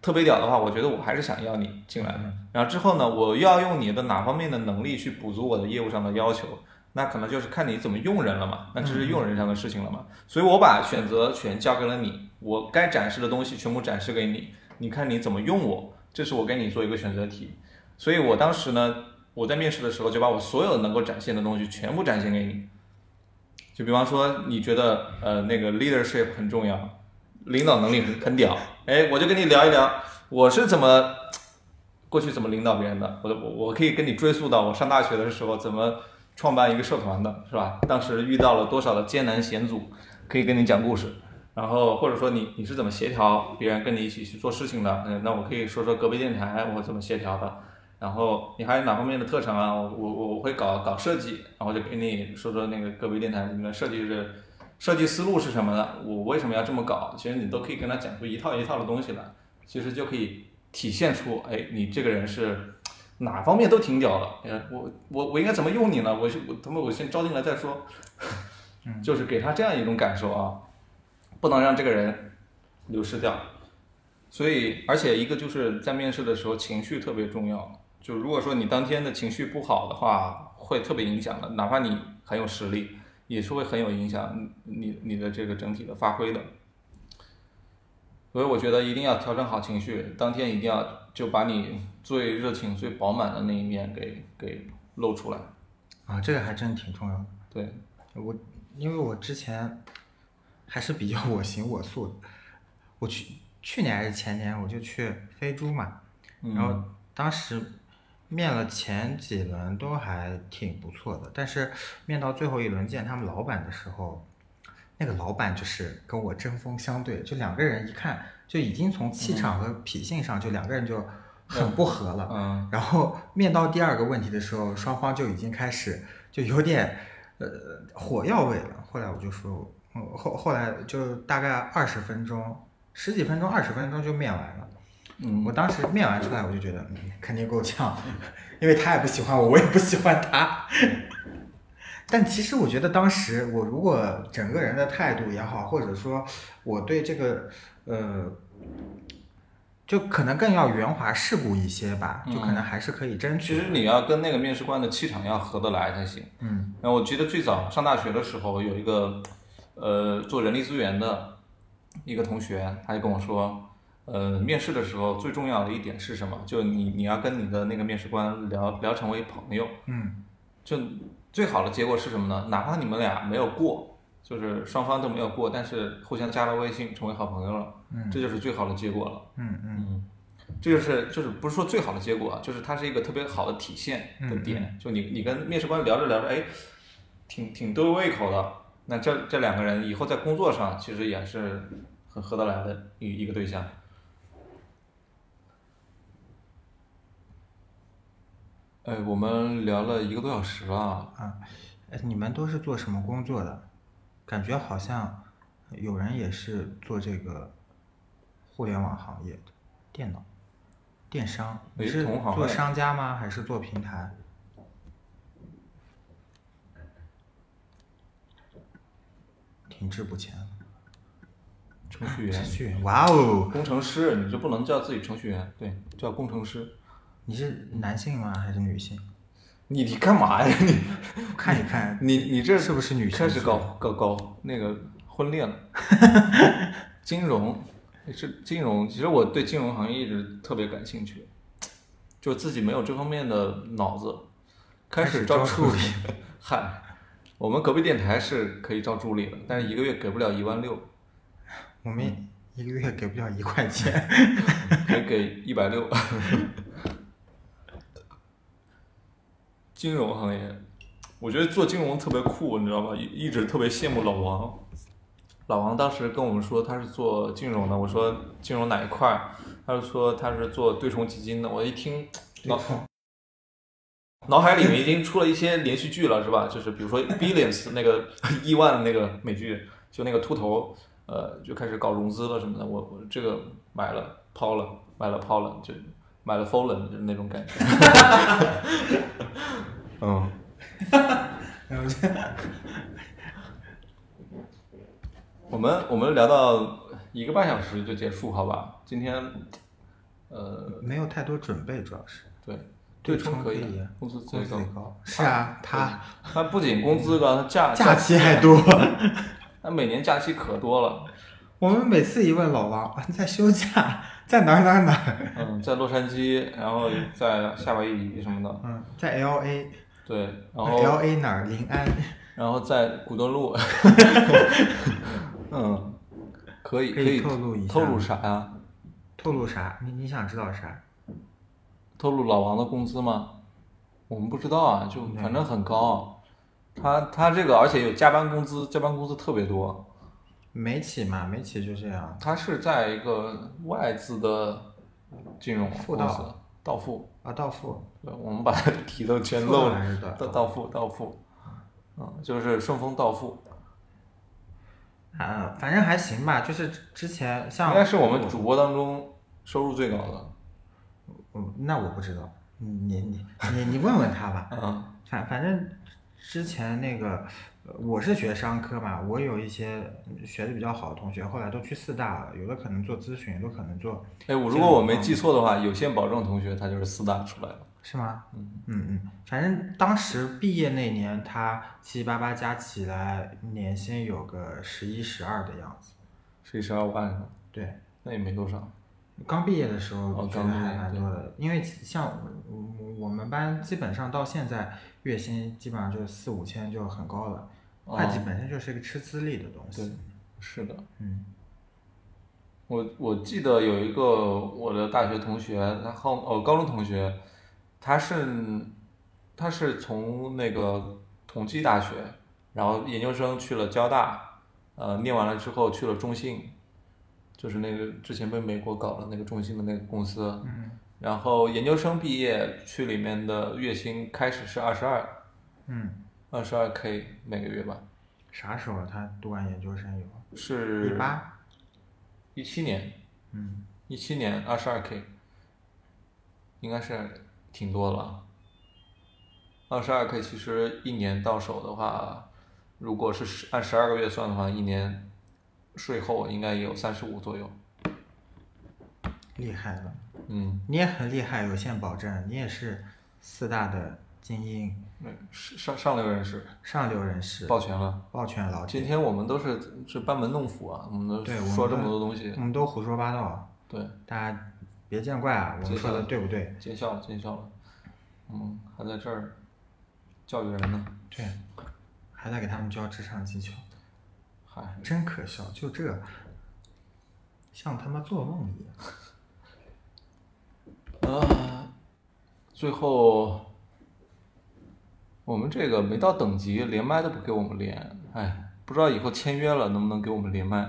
A: 特别屌的话，我觉得我还是想要你进来的。然后之后呢，我又要用你的哪方面的能力去补足我的业务上的要求，那可能就是看你怎么用人了嘛，那这是用人上的事情了嘛。所以我把选择权交给了你，我该展示的东西全部展示给你，你看你怎么用我，这是我给你做一个选择题。所以我当时呢，我在面试的时候就把我所有能够展现的东西全部展现给你。就比方说，你觉得呃那个 leadership 很重要，领导能力很很屌，哎，我就跟你聊一聊我是怎么过去怎么领导别人的，我的我我可以跟你追溯到我上大学的时候怎么创办一个社团的，是吧？当时遇到了多少的艰难险阻，可以跟你讲故事。然后或者说你你是怎么协调别人跟你一起去做事情的？嗯，那我可以说说隔壁电台我怎么协调的。然后你还有哪方面的特长啊？我我我我会搞搞设计，然后就给你说说那个各位电台你们设计是设计思路是什么呢？我为什么要这么搞？其实你都可以跟他讲出一套一套的东西来，其实就可以体现出，哎，你这个人是哪方面都挺屌的。呃，我我我应该怎么用你呢？我是我他妈我先招进来再说，就是给他这样一种感受啊，不能让这个人流失掉。所以，而且一个就是在面试的时候情绪特别重要。就如果说你当天的情绪不好的话，会特别影响的。哪怕你很有实力，也是会很有影响你你的这个整体的发挥的。所以我觉得一定要调整好情绪，当天一定要就把你最热情、最饱满的那一面给给露出来。
B: 啊，这个还真挺重要的。
A: 对，
B: 我因为我之前还是比较我行我素的，我去去年还是前年我就去飞猪嘛，
A: 嗯
B: 然后当时面了前几轮都还挺不错的，但是面到最后一轮见他们老板的时候，那个老板就是跟我针锋相对，就两个人一看就已经从气场和脾性上就两个人就很不合了，
A: 嗯嗯，
B: 然后面到第二个问题的时候，双方就已经开始就有点呃火药味了。后来我就说，嗯，后后来就大概二十分钟、十几分钟、二十分钟就面完了。
A: 嗯
B: 我当时面完出来，我就觉得、嗯、肯定够呛， 因为他也不喜欢我，我也不喜欢他。 但其实我觉得当时我如果整个人的态度也好，或者说我对这个呃，就可能更要圆滑世故一些吧，就可能还是可以争
A: 嗯其
B: 取。
A: 实你要跟那个面试官的气场要合得来才行。
B: 嗯
A: 然后我记得最早上大学的时候，有一个呃做人力资源的一个同学，他就跟我说，呃，面试的时候最重要的一点是什么？就你你要跟你的那个面试官聊聊成为朋友，
B: 嗯
A: 就最好的结果是什么呢？哪怕你们俩没有过，就是双方都没有过，但是互相加了微信，成为好朋友了，
B: 嗯
A: 这就是最好的结果了。
B: 嗯嗯
A: 嗯，这就是就是不是说最好的结果啊，就是它是一个特别好的体现的点。就你你跟面试官聊着聊着，哎，挺挺对胃口的。那这这两个人以后在工作上其实也是很合得来的一一个对象。哎，我们聊了一个多小时了。
B: 啊，哎你们都是做什么工作的？感觉好像有人也是做这个互联网行业的，电脑、电商。你
A: 诶
B: 是
A: 同行
B: 做
A: 业
B: 商家吗？还是做平台？停滞不前，
A: 程序 员
B: 程、序员。哇哦，
A: 工程师，你就不能叫自己程序员，对，叫工程师。
B: 你是男性吗？还是女性？
A: 你你干嘛呀 你？
B: 看一 看，
A: 你你这
B: 哎是不是女性
A: 开始搞搞搞那个婚 恋了？金融是金融，其实我对金融行业一直特别感兴趣，就自己没有这方面的脑子，开
B: 开
A: 始
B: 始
A: 招
B: 招
A: 助
B: 助
A: 理。 嗨，我们隔壁电台是可以招助理的，但是一个月给不了一万六，
B: 我们一个月给不了一块钱。
A: 可以给一百六。金融行业，我觉得做金融特别酷，你知道吧？一一直特别羡慕老王。老王当时跟我们说他是做金融的，我说金融哪一块儿？他就说他是做对冲基金的。我一听，脑脑海里面已经出了一些连续剧了，是吧？就是比如说 Billions 那个 亿万那个美剧，就那个秃头，呃，就开始搞融资了什么的。我我这个买了抛了，买了抛了，就买了 fallen，就是那种感觉。嗯。
B: 然后就
A: 我们我们聊到一个半小时就结束，好吧？今天，呃，
B: 没有太多准备，主要是
A: 对，
B: 对
A: 冲
B: 冲
A: 可
B: 可
A: 以
B: 以
A: 的，工资最
B: 最
A: 高。
B: 高。是啊，他
A: 他不仅工资高，他 假
B: 假期还多。
A: 他每年假期可多了。
B: 我们每次一问老王， 啊你在休假，在哪儿哪儿哪儿？
A: 嗯，在洛杉矶，然后在夏威夷什么的，
B: 嗯，在 L A，
A: 对，然后
B: L A 哪儿？临安。
A: 然后在古顿路， 嗯，可以
B: 可以
A: 以
B: 透露一下
A: 透露啥呀、
B: 透露啥？你你想知道啥？
A: 透露老王的工资吗？我们不知道啊，就
B: 没有
A: 反正很高。他他这个，而且有加班工资，加班工资特别多。
B: 美企嘛，美企就这样。
A: 他是在一个外资的金融
B: 富
A: 公
B: 道
A: 司，道富，
B: 啊，道富，
A: 对我们把他的题都全
B: 富道
A: 漏
B: 还是
A: 了
B: 道。
A: 道道富道富，嗯，就是顺丰道富，
B: 啊，反正还行吧。就是之前像
A: 应该是我们主播当中收入最高的。
B: 嗯，那我不知道，你你你你你问问他吧。
A: 嗯，
B: 反反正之前那个呃我是学商科嘛，我有一些学的比较好的同学，后来都去四大了，有的可能做咨询，有的可能做，
A: 哎，我如果我没记错的话，有限保证同学他就是四大出来的。
B: 是吗？
A: 嗯
B: 嗯嗯，反正当时毕业那年，他七七八八加起来年薪有个十一十二的样子。
A: 是一十二万是吧，
B: 对，
A: 那也没多少。
B: 刚毕业的时候
A: 哦
B: 觉
A: 刚
B: 得
A: 毕业
B: 还蛮
A: 对
B: 多的，因为像我我们班基本上到现在月薪基本上就四五千就很高了。
A: 哦
B: 会计本身就是一个吃资历的东
A: 对
B: 西。，
A: 是的。
B: 嗯
A: 我我记得有一个我的大学同学，他后哦高中同学，他是他是从那个同济大学，然后研究生去了交大，呃，念完了之后去了中信，就是那个之前被美国搞了那个中信的那个公司，
B: 嗯
A: 然后研究生毕业去里面的月薪开始是二十二
B: 嗯，
A: 二十二 k 每个月吧，
B: 啥时候他读完研究生有？
A: 是
B: 一八。
A: 一七年，
B: 嗯，
A: 一七年二十二 K，应该是挺多了。二十二 K 其实一年到手的话，如果是十按十二个月算的话，一年税后应该也有三十五左右。
B: 厉害了，
A: 嗯，
B: 你也很厉害，有限保证，你也是四大的精英
A: 那上上流人士
B: 上流人士，
A: 抱拳了。
B: 抱拳老
A: 今
B: 铁。
A: 天我们都是是班门弄斧啊，我们都
B: 对，我们
A: 说这么
B: 都嗯
A: 多东西
B: 我，们都胡说八道。
A: 对，
B: 大家别见怪啊，我们说的对不对？
A: 见笑了，见笑了。嗯，还在这儿教育人呢。
B: 对，还在给他们教职场技巧，
A: 嗨，
B: 真可笑！就这，像他妈做梦一样。
A: 啊，最后我们这个没到等级，连麦都不给我们连，哎，不知道以后签约了能不能给我们连麦？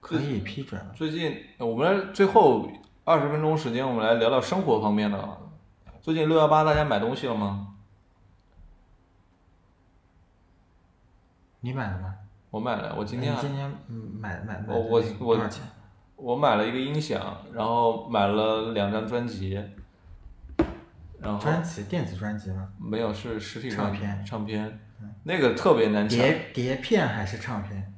B: 可以批准了。
A: 最近呃我们来最后二十分钟时间，我们来聊聊生活方面的。最近六幺八大家买东西了吗？
B: 你买了吗？
A: 我买了，我今天
B: 你
A: 还
B: 今天嗯买买买
A: 我我
B: 的那个
A: 我
B: 多少钱？
A: 我买了一个音响，然后买了两张专辑，然后
B: 专辑电子专辑吗？
A: 没有是实体专辑
B: 唱片嗯
A: 唱片，那个特别难抢
B: 碟碟片还是唱片？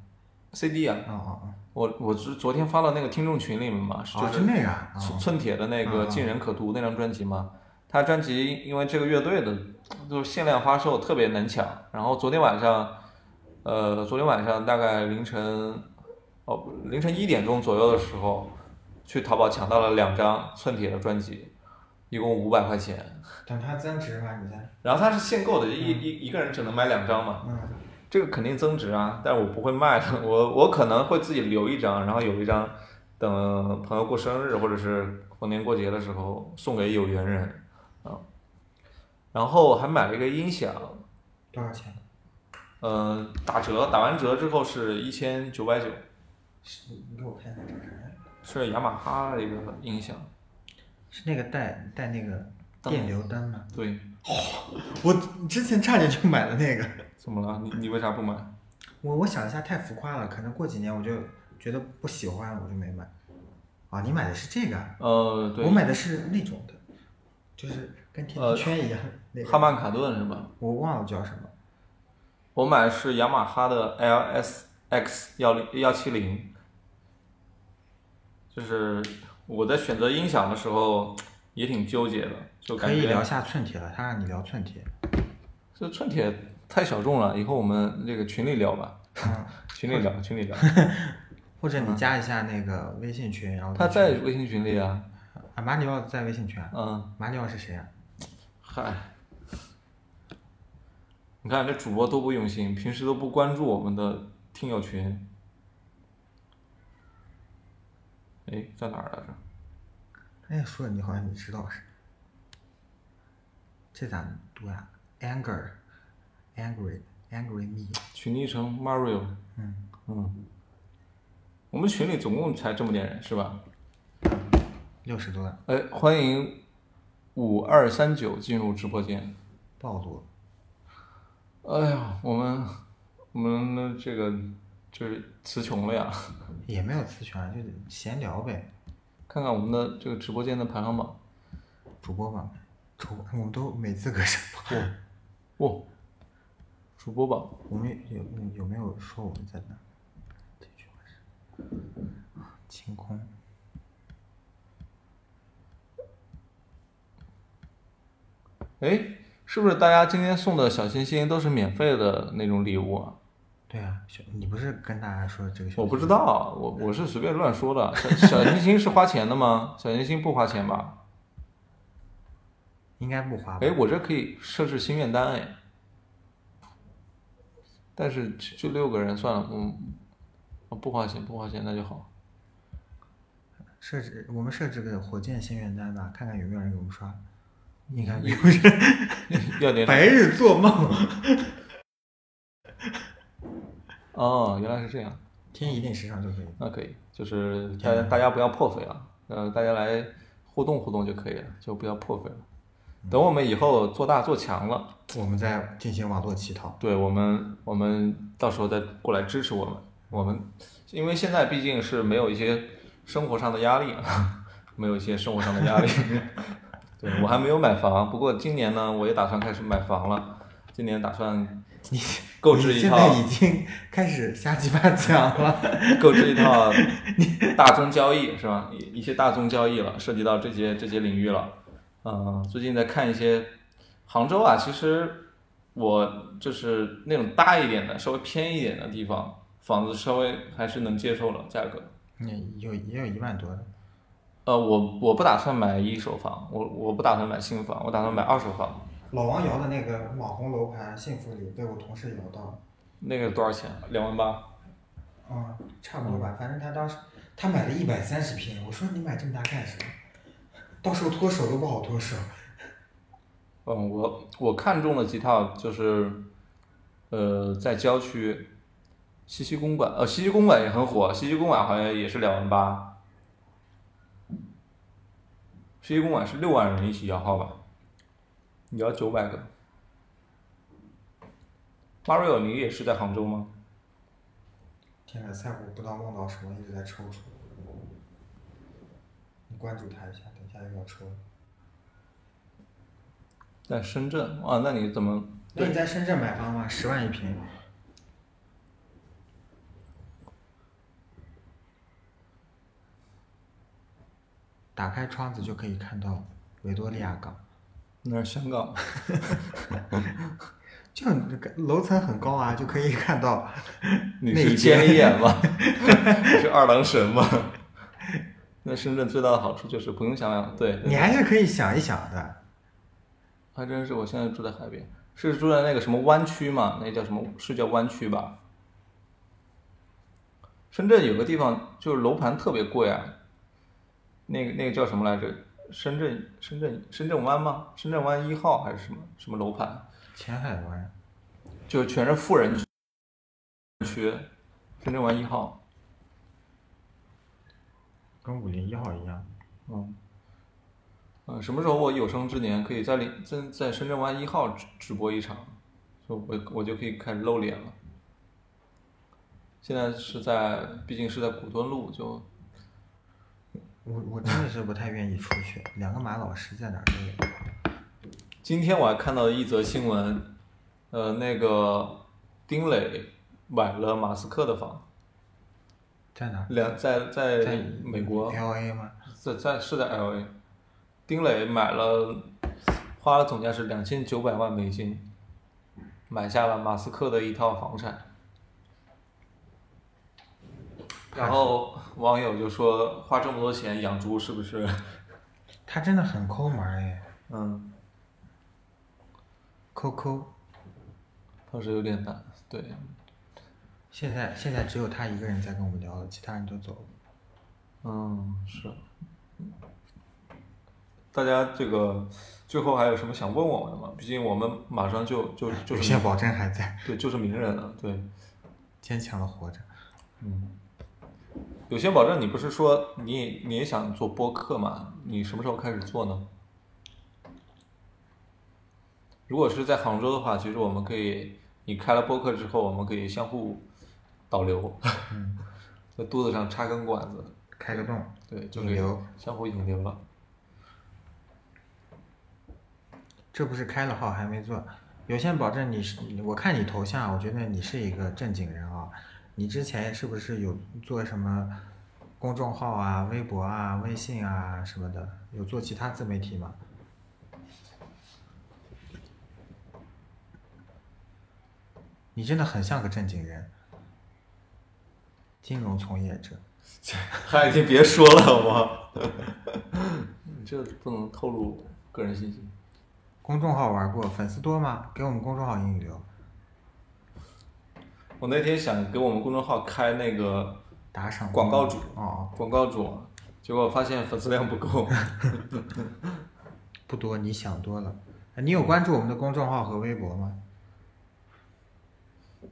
A: CD 啊
B: 哦，哦
A: 我我是昨天发到那个听众群里面嘛，
B: 哦，哦，
A: 就是
B: 就那个啊，
A: 寸
B: 哦
A: 寸铁的那个《
B: 嗯
A: 尽人可图》那张专辑嘛，他专辑因为这个乐队的就是限量发售，特别难抢。然后昨天晚上，呃，昨天晚上大概凌晨，哦，凌晨一点钟左右的时候，去淘宝抢到了两张寸铁的专辑，一共五百块钱。
B: 等它增值吧，你再
A: 然后它是限购的，一一一个人只能买两张嘛，
B: 嗯
A: 这个肯定增值啊，但是我不会卖的，我我可能会自己留一张，然后有一张等朋友过生日或者是逢年过节的时候送给有缘人啊。然后还买了一个音响，
B: 多少钱？
A: 嗯、打折，打完折之后是一千九百九，
B: 是你给我看一下长啥样？
A: 是雅马哈的一个音响，
B: 是那个带带那个
A: 灯
B: 电流灯吗？
A: 对，
B: 我之前差点就买了那个，
A: 怎么了？你你为啥不买？
B: 我我想一下太浮夸了，可能过几年我就觉得不喜欢了，我就没买。啊，你买的是这个啊？
A: 呃，对
B: 我，买的是那种的，就是跟甜甜
A: 呃
B: 圈一样、那
A: 哈
B: 个，
A: 曼卡顿是吧？
B: 我忘了叫什么。
A: 我买的是雅马哈的 LSX 幺零幺七零，就是我在选择音响的时候也挺纠结的，就
B: 可
A: 感
B: 以聊
A: 觉
B: 下寸铁了，他让你聊寸铁。
A: 这寸铁太小众了，以后我们这个群里聊吧，
B: 嗯，
A: 群里聊，群里聊。
B: 或者你加一下那个微信群，然后
A: 他
B: 就
A: 在微信群里啊，
B: 啊，马里奥在微信群啊，
A: 嗯，
B: 马里奥是谁啊？
A: 嗨，你看这主播多不用心，平时都不关注我们的听友群。哎，在哪儿来着？
B: 哎，说得你好像你知道是，这咋读啊呀？anger，angry，angry me，
A: 群昵称 Mario。
B: 嗯，
A: 嗯，我们群里总共才这么点人是吧？
B: 六十多了，
A: 哎，欢迎五二三九进入直播间。
B: 暴露了。
A: 哎呀，我们我们这个就是词穷了呀，
B: 也没有词权，就是闲聊呗，
A: 看看我们的这个直播间的排行榜。
B: 主播吧，主播我们都没资格什么。
A: 哇、哦主播榜
B: 我们有有有没有说我们在哪？这句话是清空。
A: 哎，是不是大家今天送的小心心都是免费的那种礼物啊？
B: 对啊，小你不是跟大家说这个小？
A: 我不知。道，我我是随便乱说的。小小心心是花钱的吗？小心心不花钱吧？
B: 应该不花吧
A: 哎，？我这可以设置心愿单哎，但是就就六个人算了，嗯，哦不花钱不花钱那就好。
B: 设置我们设置个火箭心愿单吧，看看有没有人给我们刷。应该没有人，
A: 要点
B: 白日做梦。
A: 哦，原来是这样，
B: 听一定时尚就可以。
A: 那可以，就是大家大家不要破费啊，呃，大家来互动互动就可以了，就不要破费了。等我们以后做大做强了，
B: 我们在进行网络乞讨。
A: 对我们，我们到时候再过来支持我们。我们因为现在毕竟是没有一些生活上的压力， 没有一些生活上的压力。 对我还没有买房，不过今年呢，我也打算开始买房了。今年打算
B: 你
A: 购置
B: 你
A: 一
B: 现
A: 套
B: 在已经开始瞎鸡巴讲 了。
A: 购置一套大宗交易是吧？一一些大宗交易了，涉及到这些这些领域了。嗯，最近在看一些杭州啊，其实我就是那种大一点的、稍微偏一点的地方，房子稍微还是能接受了价格。
B: 你有也有一万多的，
A: 呃，我我不打算买一手房，我我不打算买新房，我打算买二手房。
B: 老王摇的那个网红楼盘幸福里被我同事摇到了，
A: 那个多少钱？两万八？
B: 啊、差不多吧，反正他当时他买了一百三十平，我说你买这么大干什么？到时候脱手都不好脱手。
A: 嗯，我我看中了几套，就是呃，在郊区，西溪公馆，呃，西溪公馆也很火，西溪公馆好像也是两万八，西溪公馆是六万人一起摇号吧，你摇九百个。Mario，你也是在杭州吗？
B: 天呐，赛虎不知道梦到什么，一直在抽搐。你关注他一下，等一下又要抽了。
A: 在深圳啊？那你怎么？
B: 那你在深圳买房吗？十万一平。打开窗子就可以看到维多利亚港，
A: 那是香港。
B: 就很这个楼层很高啊，就可以看 到
A: 你
B: 内
A: 是
B: 奸
A: 监眼吗？ 你是二郎神吗？ 那深圳最大的好处就是不用想两对，对
B: 你还是可以想一想的。
A: 还真是。我现在住在海边，是住在那个什么湾区嘛？那叫什么？是叫湾区吧？深圳有个地方就是楼盘特别贵啊，那个那个叫什么来着？深圳深圳深圳湾吗？深圳湾一号还是什么什么楼盘？
B: 前海湾，
A: 就全是富人区，深圳湾一号。
B: 跟五零一号一样。
A: 嗯，呃，什么时候我有生之年可以在里在在深圳湾一号直直播一场，就我我就可以开始露脸了。现在是在，毕竟是在古墩路，就
B: 我我真的是不太愿意出去，两个马老师在哪儿都有。
A: 今天我还看到一则新闻，呃，那个丁磊买了马斯克的房，
B: 在哪儿？
A: 两在在
B: 在
A: 美国，
B: L A 吗？
A: 在在是在 L A，丁磊买了，花了总价是两千九百万美金，买下了马斯克的一套房产。然后网友就说，花这么多钱养猪是不是？
B: 他真的很抠门儿哎，
A: 嗯，
B: 抠抠。
A: 当时有点难。对，
B: 现在现在只有他一个人在跟我们聊了，其他人都走了。
A: 嗯，是。大家这个最后还有什么想问我们的吗？毕竟我们马上就就就
B: 有
A: 是
B: 些保证还在，
A: 对就是名人了，对。
B: 坚强的活着。
A: 嗯，有些保证，你不是说你也你也想做播客吗？你什么时候开始做呢？如果是在杭州的话，其实我们可以，你开了播客之后，我们可以相互导流，
B: 嗯，
A: 在肚子上插根管子，
B: 开个洞，
A: 对，就
B: 引
A: 可以
B: 流
A: 相互引流了。
B: 这不是开了号还没做。有限保证你是，我看你头像，我觉得你是一个正经人啊。你之前是不是有做什么公众号啊、微博啊、微信啊什么的？有做其他自媒体吗？你真的很像个正经人，金融从业者。
A: 嗨，你别说了好吗？你 这不能透露个人信息。
B: 公众号玩过，粉丝多吗？给我们公众号引引流，
A: 我那天想给我们公众号开那个
B: 打赏
A: 广告主
B: 哦，哦
A: 广告主，结果发现粉丝量不够。
B: 不多，你想多了。哎你有关注我们的公众号和微博吗？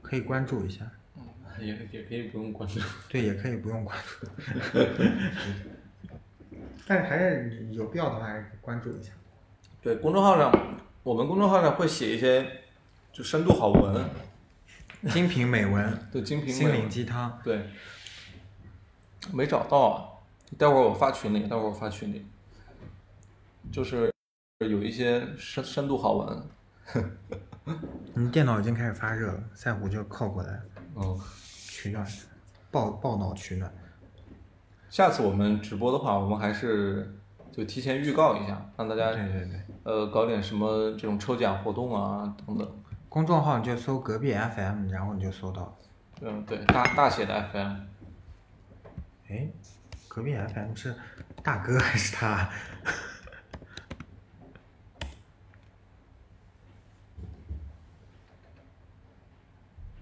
B: 可以关注一下，
A: 也也可以不用关注。
B: 对，也可以不用关注，但是还是你有必要的话，还是关注一下。
A: 对，公众号上，我们公众号上会写一些就深度好文，
B: 精品美文、
A: 对精品
B: 心
A: 美
B: 灵，鸡汤，
A: 对，没找到啊，待会儿我发群里，待会儿我发群里，就是有一些深深度好文，
B: 你电脑已经开始发热了，赛虎就靠过来
A: 嗯，
B: 取暖，爆爆脑取暖。
A: 下次我们直播的话，我们还是就提前预告一下，让大家
B: 对对对，
A: 呃搞点什么这种抽奖活动啊等等。
B: 公众号你就搜隔壁 FM，然后你就搜到。
A: 嗯，对，大大写的 FM，
B: 哎，隔壁 FM 是大哥还是他？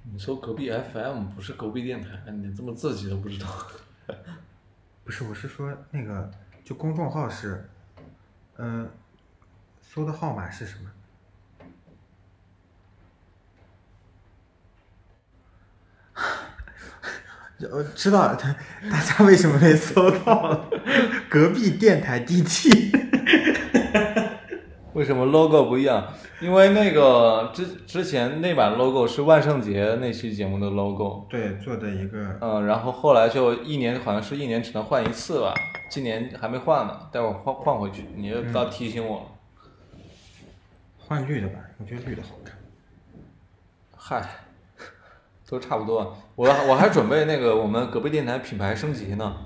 A: 你说隔壁 FM 不是隔壁电台，你这么自己都不知道。
B: 不是，我是说那个，就公众号是，嗯、搜的号码是什么？ 我知道了，大大家为什么没搜到？隔壁电台 DT，
A: 为什么 logo 不一样？因为那个之之前那版 logo 是万圣节那期节目的 logo，
B: 对，做的一个
A: 嗯，然后后来就一年好像是一年只能换一次吧，今年还没换呢，待会儿换换回去，你就要提醒我。
B: 换绿的吧，我觉得绿的好看。
A: 嗨，都差不多。我我还准备那个我们隔壁电台品牌升级呢，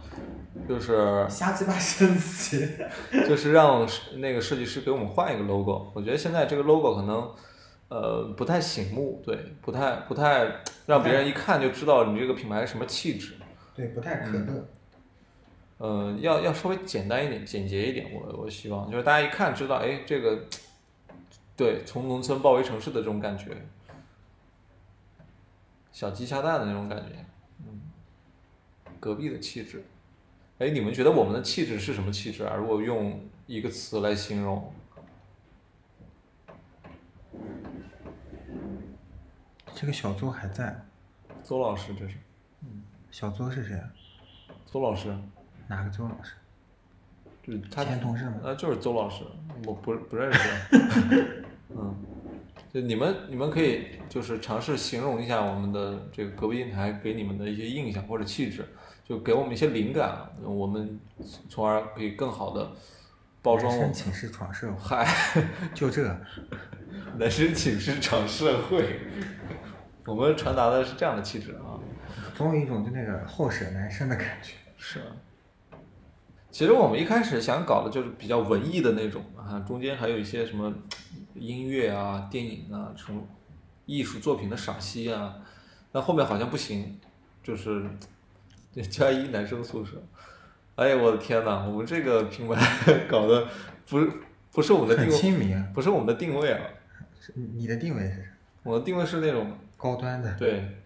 A: 就是
B: 瞎鸡巴升级，
A: 就是让那个设计师给我们换一个 logo。我觉得现在这个 logo 可能，呃，不太醒目，对，不太不太让别人一看就知道你这个品牌什么气质。
B: 对，不太可乐。
A: 呃，要要稍微简单一点、简洁一点，我我希望就是大家一看知道，哎，这个，对，从农村包围城市的这种感觉，小鸡下蛋的那种感觉，嗯，隔壁的气质，哎，你们觉得我们的气质是什么气质啊？如果用一个词来形容，
B: 这个小邹还在，
A: 邹老师这是，
B: 小邹是谁啊？
A: 邹老师，
B: 哪个邹老师？
A: 就是他
B: 前同事吗？
A: 呃，就是邹老师，我不不认识。 嗯，就你们你们可以就是尝试形容一下我们的这个隔壁电台给你们的一些印象或者气质，就给我们一些灵感，啊我们从而可以更好的包装我
B: 人
A: 们
B: 生。寝室闯社会，
A: 嗨，
B: 就这。
A: 男生寝室长社会， 我们传达的是这样的气质啊。
B: 总有一种就那个后舍男生的感觉。
A: 是。其实我们一开始想搞的就是比较文艺的那种啊，中间还有一些什么音乐啊、电影啊、什么艺术作品的赏析啊，但后面好像不行，就是这加一男生宿舍。哎呀，我的天呐，我们这个品牌 搞的不是不是我们的
B: 很
A: 定位，
B: 亲民啊！
A: 不是我们的定位啊，
B: 是你的定位是啥？
A: 我的定位是那种
B: 高端的。
A: 对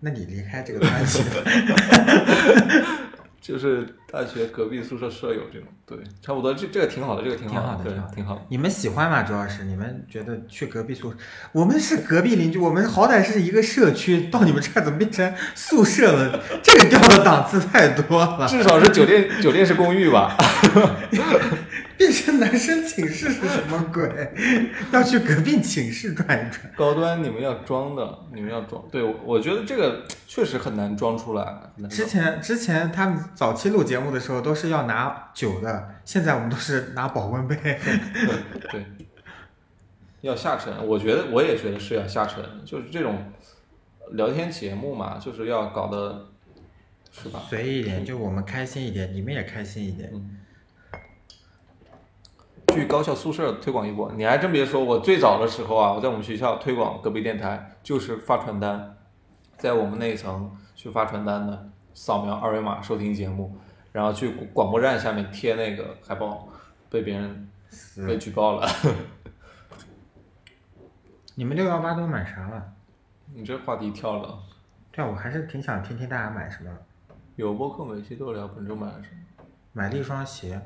B: 那你离开这个团体吧，
A: 就是大学隔壁宿舍舍友这种，对，差不多，这这个挺好的，这个挺好
B: 挺好的
A: 对
B: 挺好，的
A: 挺好的。
B: 你们喜欢吗？主要是你们觉得去隔壁宿舍，我们是隔壁邻居，我们好歹是一个社区，到你们这儿怎么变成宿舍了？这个掉的档次太多 了，
A: 至少是酒店酒店式公寓吧？
B: 变成男生寝室是什么鬼？ 要去隔壁寝室转一转，
A: 高端你们要装的，你们要装。对，我我觉得这个确实很难装出来，很难
B: 之
A: 装。
B: 前之前他们早期录节目的时候都是要拿酒的，现在我们都是拿保温杯。
A: 对对，要下沉。我觉得我也觉得是要下沉，就是这种聊天节目嘛，就是要搞的，是吧？
B: 随意一点，就我们开心一点，你们也开心一点。
A: 嗯。去高校宿舍推广一波，你还真别说，我最早的时候啊，我在我们学校推广隔壁电台，就是发传单，在我们那一层去发传单的，扫描二维码收听节目，然后去广播站下面贴那个海报，被别人被举报了。
B: 你们六幺八都买啥了？
A: 你这话题跳了，
B: 对啊，我还是挺想听听大家买什么。
A: 有播客每期都聊本周买了什么。
B: 买了一双鞋，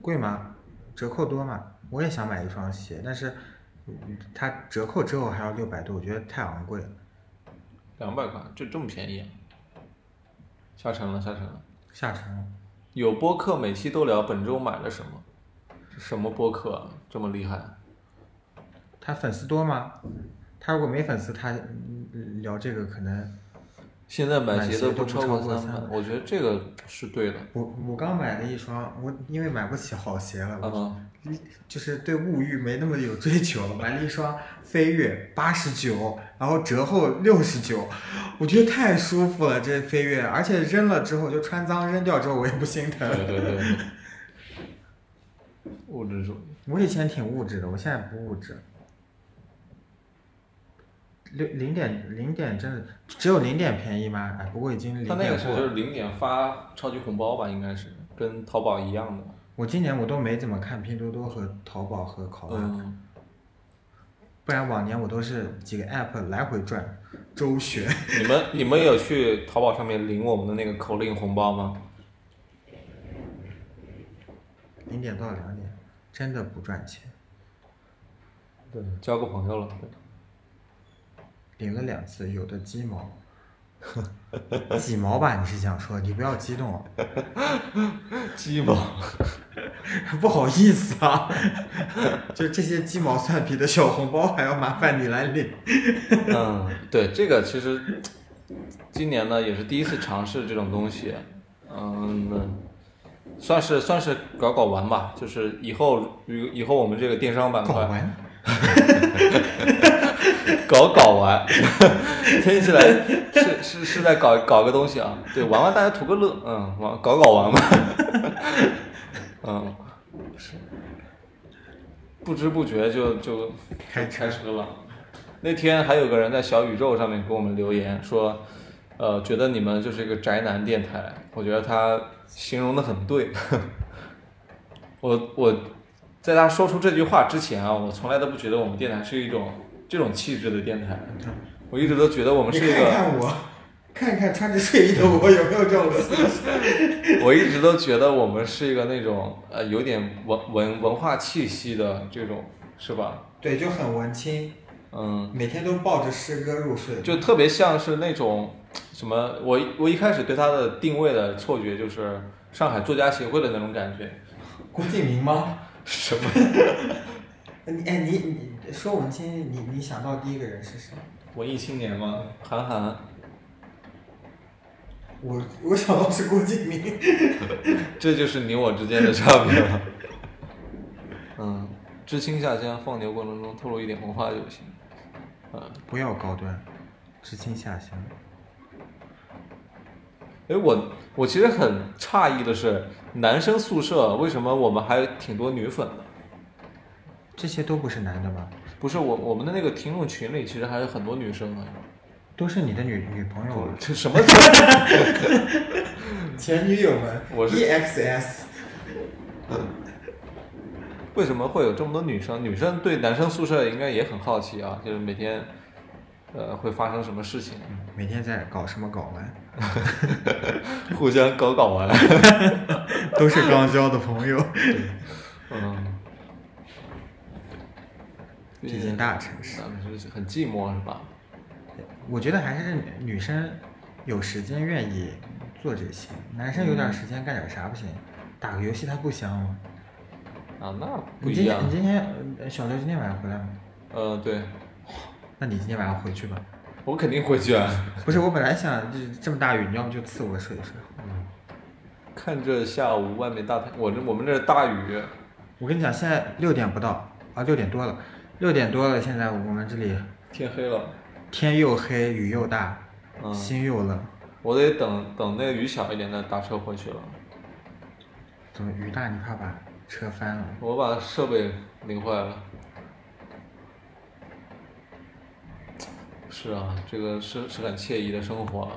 B: 贵吗？折扣多吗？我也想买一双鞋，但是嗯它折扣之后还要六百多，我觉得太昂贵了。
A: 两百块，这这么便宜、啊，下沉了，下沉了。
B: 下沉了。
A: 有播客每期都聊本周买了什么，这什么播客、啊、这么厉害？
B: 他粉丝多吗？他如果没粉丝，他嗯聊这个可能
A: 现在买
B: 买
A: 鞋
B: 鞋
A: 都
B: 都
A: 不
B: 不
A: 超
B: 超
A: 过
B: 过
A: 三百
B: 300，
A: 我觉得这个是对的。
B: 我我刚买了一双，我因为买不起好鞋了，我
A: 嗯，
B: 就是对物欲没那么有追求，买了一双飞跃八十九，然后折后六十九，我觉得太舒服了这飞跃，而且扔了之后就穿脏扔掉之后我也不心 疼。
A: 对对对对，
B: 我以前挺物质的，我现在不物质。六零点零点真的只有零点便宜吗？哎，不过已经零
A: 他
B: 点
A: 那个时
B: 过
A: 候
B: 了
A: 就是零点发超级红包吧，应该是跟淘宝一样的。
B: 我今年我都没怎么看拼多多和淘宝和考拉，
A: 嗯，
B: 不然往年我都是几个 app 来回转周旋。
A: 你们你们有去淘宝上面领我们的那个口令红包吗？
B: 零点到两点，真的不赚钱，
A: 对，交个朋友了。对
B: 领了两次，有的鸡毛，几毛吧？你是想说？你不要激动哦，
A: 鸡毛，
B: 不好意思啊， 就这些鸡毛蒜皮的小红包还要麻烦你来领。
A: 嗯，对，这个其实今年呢也是第一次尝试这种东西，嗯，那算是算是搞搞玩吧，就是以后以以后我们这个电商板
B: 搞
A: 块
B: 完，
A: 搞搞玩， 听起来是是是在搞搞个东西啊，对，玩玩大家图个乐，嗯，玩搞搞玩嘛， 嗯， 是，不知不觉就就
B: 开
A: 开车了。那天还有个人在小宇宙上面给我们留言说，呃，觉得你们就是一个宅男电台，我觉得他形容的很对。 我我在他说出这句话之前啊，我从来都不觉得我们电台是一种这种气质的电台，我一直都觉得我们
B: 你
A: 是一
B: 看
A: 个，
B: 看我，看看穿着睡衣的我有没有这种思想？
A: 我一直都觉得我们是一个那种呃有点文文文化气息的这种，是吧？
B: 对，就很文青，
A: 嗯，
B: 每天都抱着诗歌入睡。
A: 就特别像是那种什么，我我一开始对它的定位的错觉就是上海作家协会的那种感觉，
B: 郭敬明吗？
A: 什么？
B: 你哎，你你说文青，你你想到第一个人是谁？
A: 文艺青年吗？韩寒，
B: 我我想到是郭敬明。
A: 这就是你我之间的差别了。 嗯，知青下乡放牛过程中透露一点文化就行。嗯，
B: 不要高端，知青下乡。
A: 哎，我我其实很诧异的是，男生宿舍为什么我们还有挺多女粉的？
B: 这些都不是男的吗？
A: 不是我我们的那个听众群里，其实还有很多女生的。
B: 都是你的女女朋友啊，
A: 这什么情况？
B: 前女友们。，E
A: 我是
B: EXS。
A: 为什么会有这么多女生？女生对男生宿舍应该也很好奇啊，就是每天，呃，会发生什么事情，
B: 每天在搞什么搞完？
A: 互相搞搞完。
B: 都是刚交的朋友。
A: 嗯，
B: 毕竟大城市，
A: 咱们是很寂寞是吧？
B: 我觉得还是女生有时间愿意做这些，男生有点时间干点啥不行？打个游戏他不香吗？
A: 啊，那不
B: 你
A: 一
B: 今
A: 样
B: 天你。今天呃小刘今天晚上回来吗？
A: 呃，对，
B: 那你今天晚上回去吧。
A: 我肯定会去啊。
B: 不是，我本来想这这么大雨，你要不就赐我水水。
A: 看这下午外面大太，我这我们这大雨，
B: 我跟你讲，现在六点不到啊，六点多了，六点多了，现在我们这里
A: 天黑了，
B: 天又黑，雨又大，
A: 嗯
B: 心又冷。
A: 我得等等那个雨小一点再打车回去了。
B: 怎么雨大？你怕把车翻了？
A: 我把设备拧坏了。是啊，这个是是很惬意的生活。啊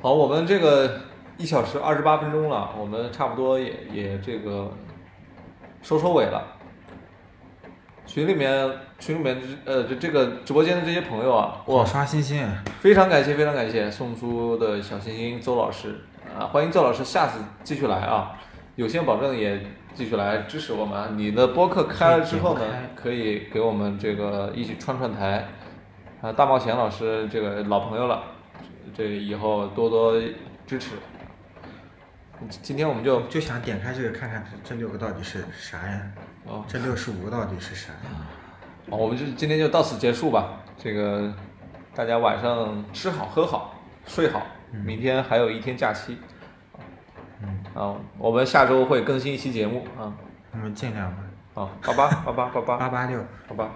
A: 好，我们这个一小时二十八分钟了，我们差不多也也这个收收尾了。群里面群里面呃这这个直播间的这些朋友啊，
B: 我刷星星，
A: 非常感谢，非常感谢送出的小星星邹老师啊，欢迎邹老师下次继续来啊，有限保证也继续来支持我们啊。你的播客开了之后呢
B: 可以点开，
A: 可以给我们这个一起串串台啊。大冒险老师这个老朋友了，这以后多多支持。今天我们就
B: 就想点开这个看看这六个到底是啥呀？
A: 哦，嗯
B: 这六十五个到底是啥呀？
A: 好我们就今天就到此结束吧。这个大家晚上吃好喝好睡好，明天还有一天假期。
B: 嗯，
A: 啊，我们下周会更新一期节目啊。
B: 我们尽量吧。
A: 好，八八八八八八
B: 八八六，
A: 八八。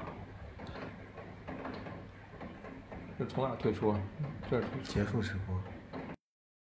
A: 这从哪退出啊？这儿退出
B: 结束直播。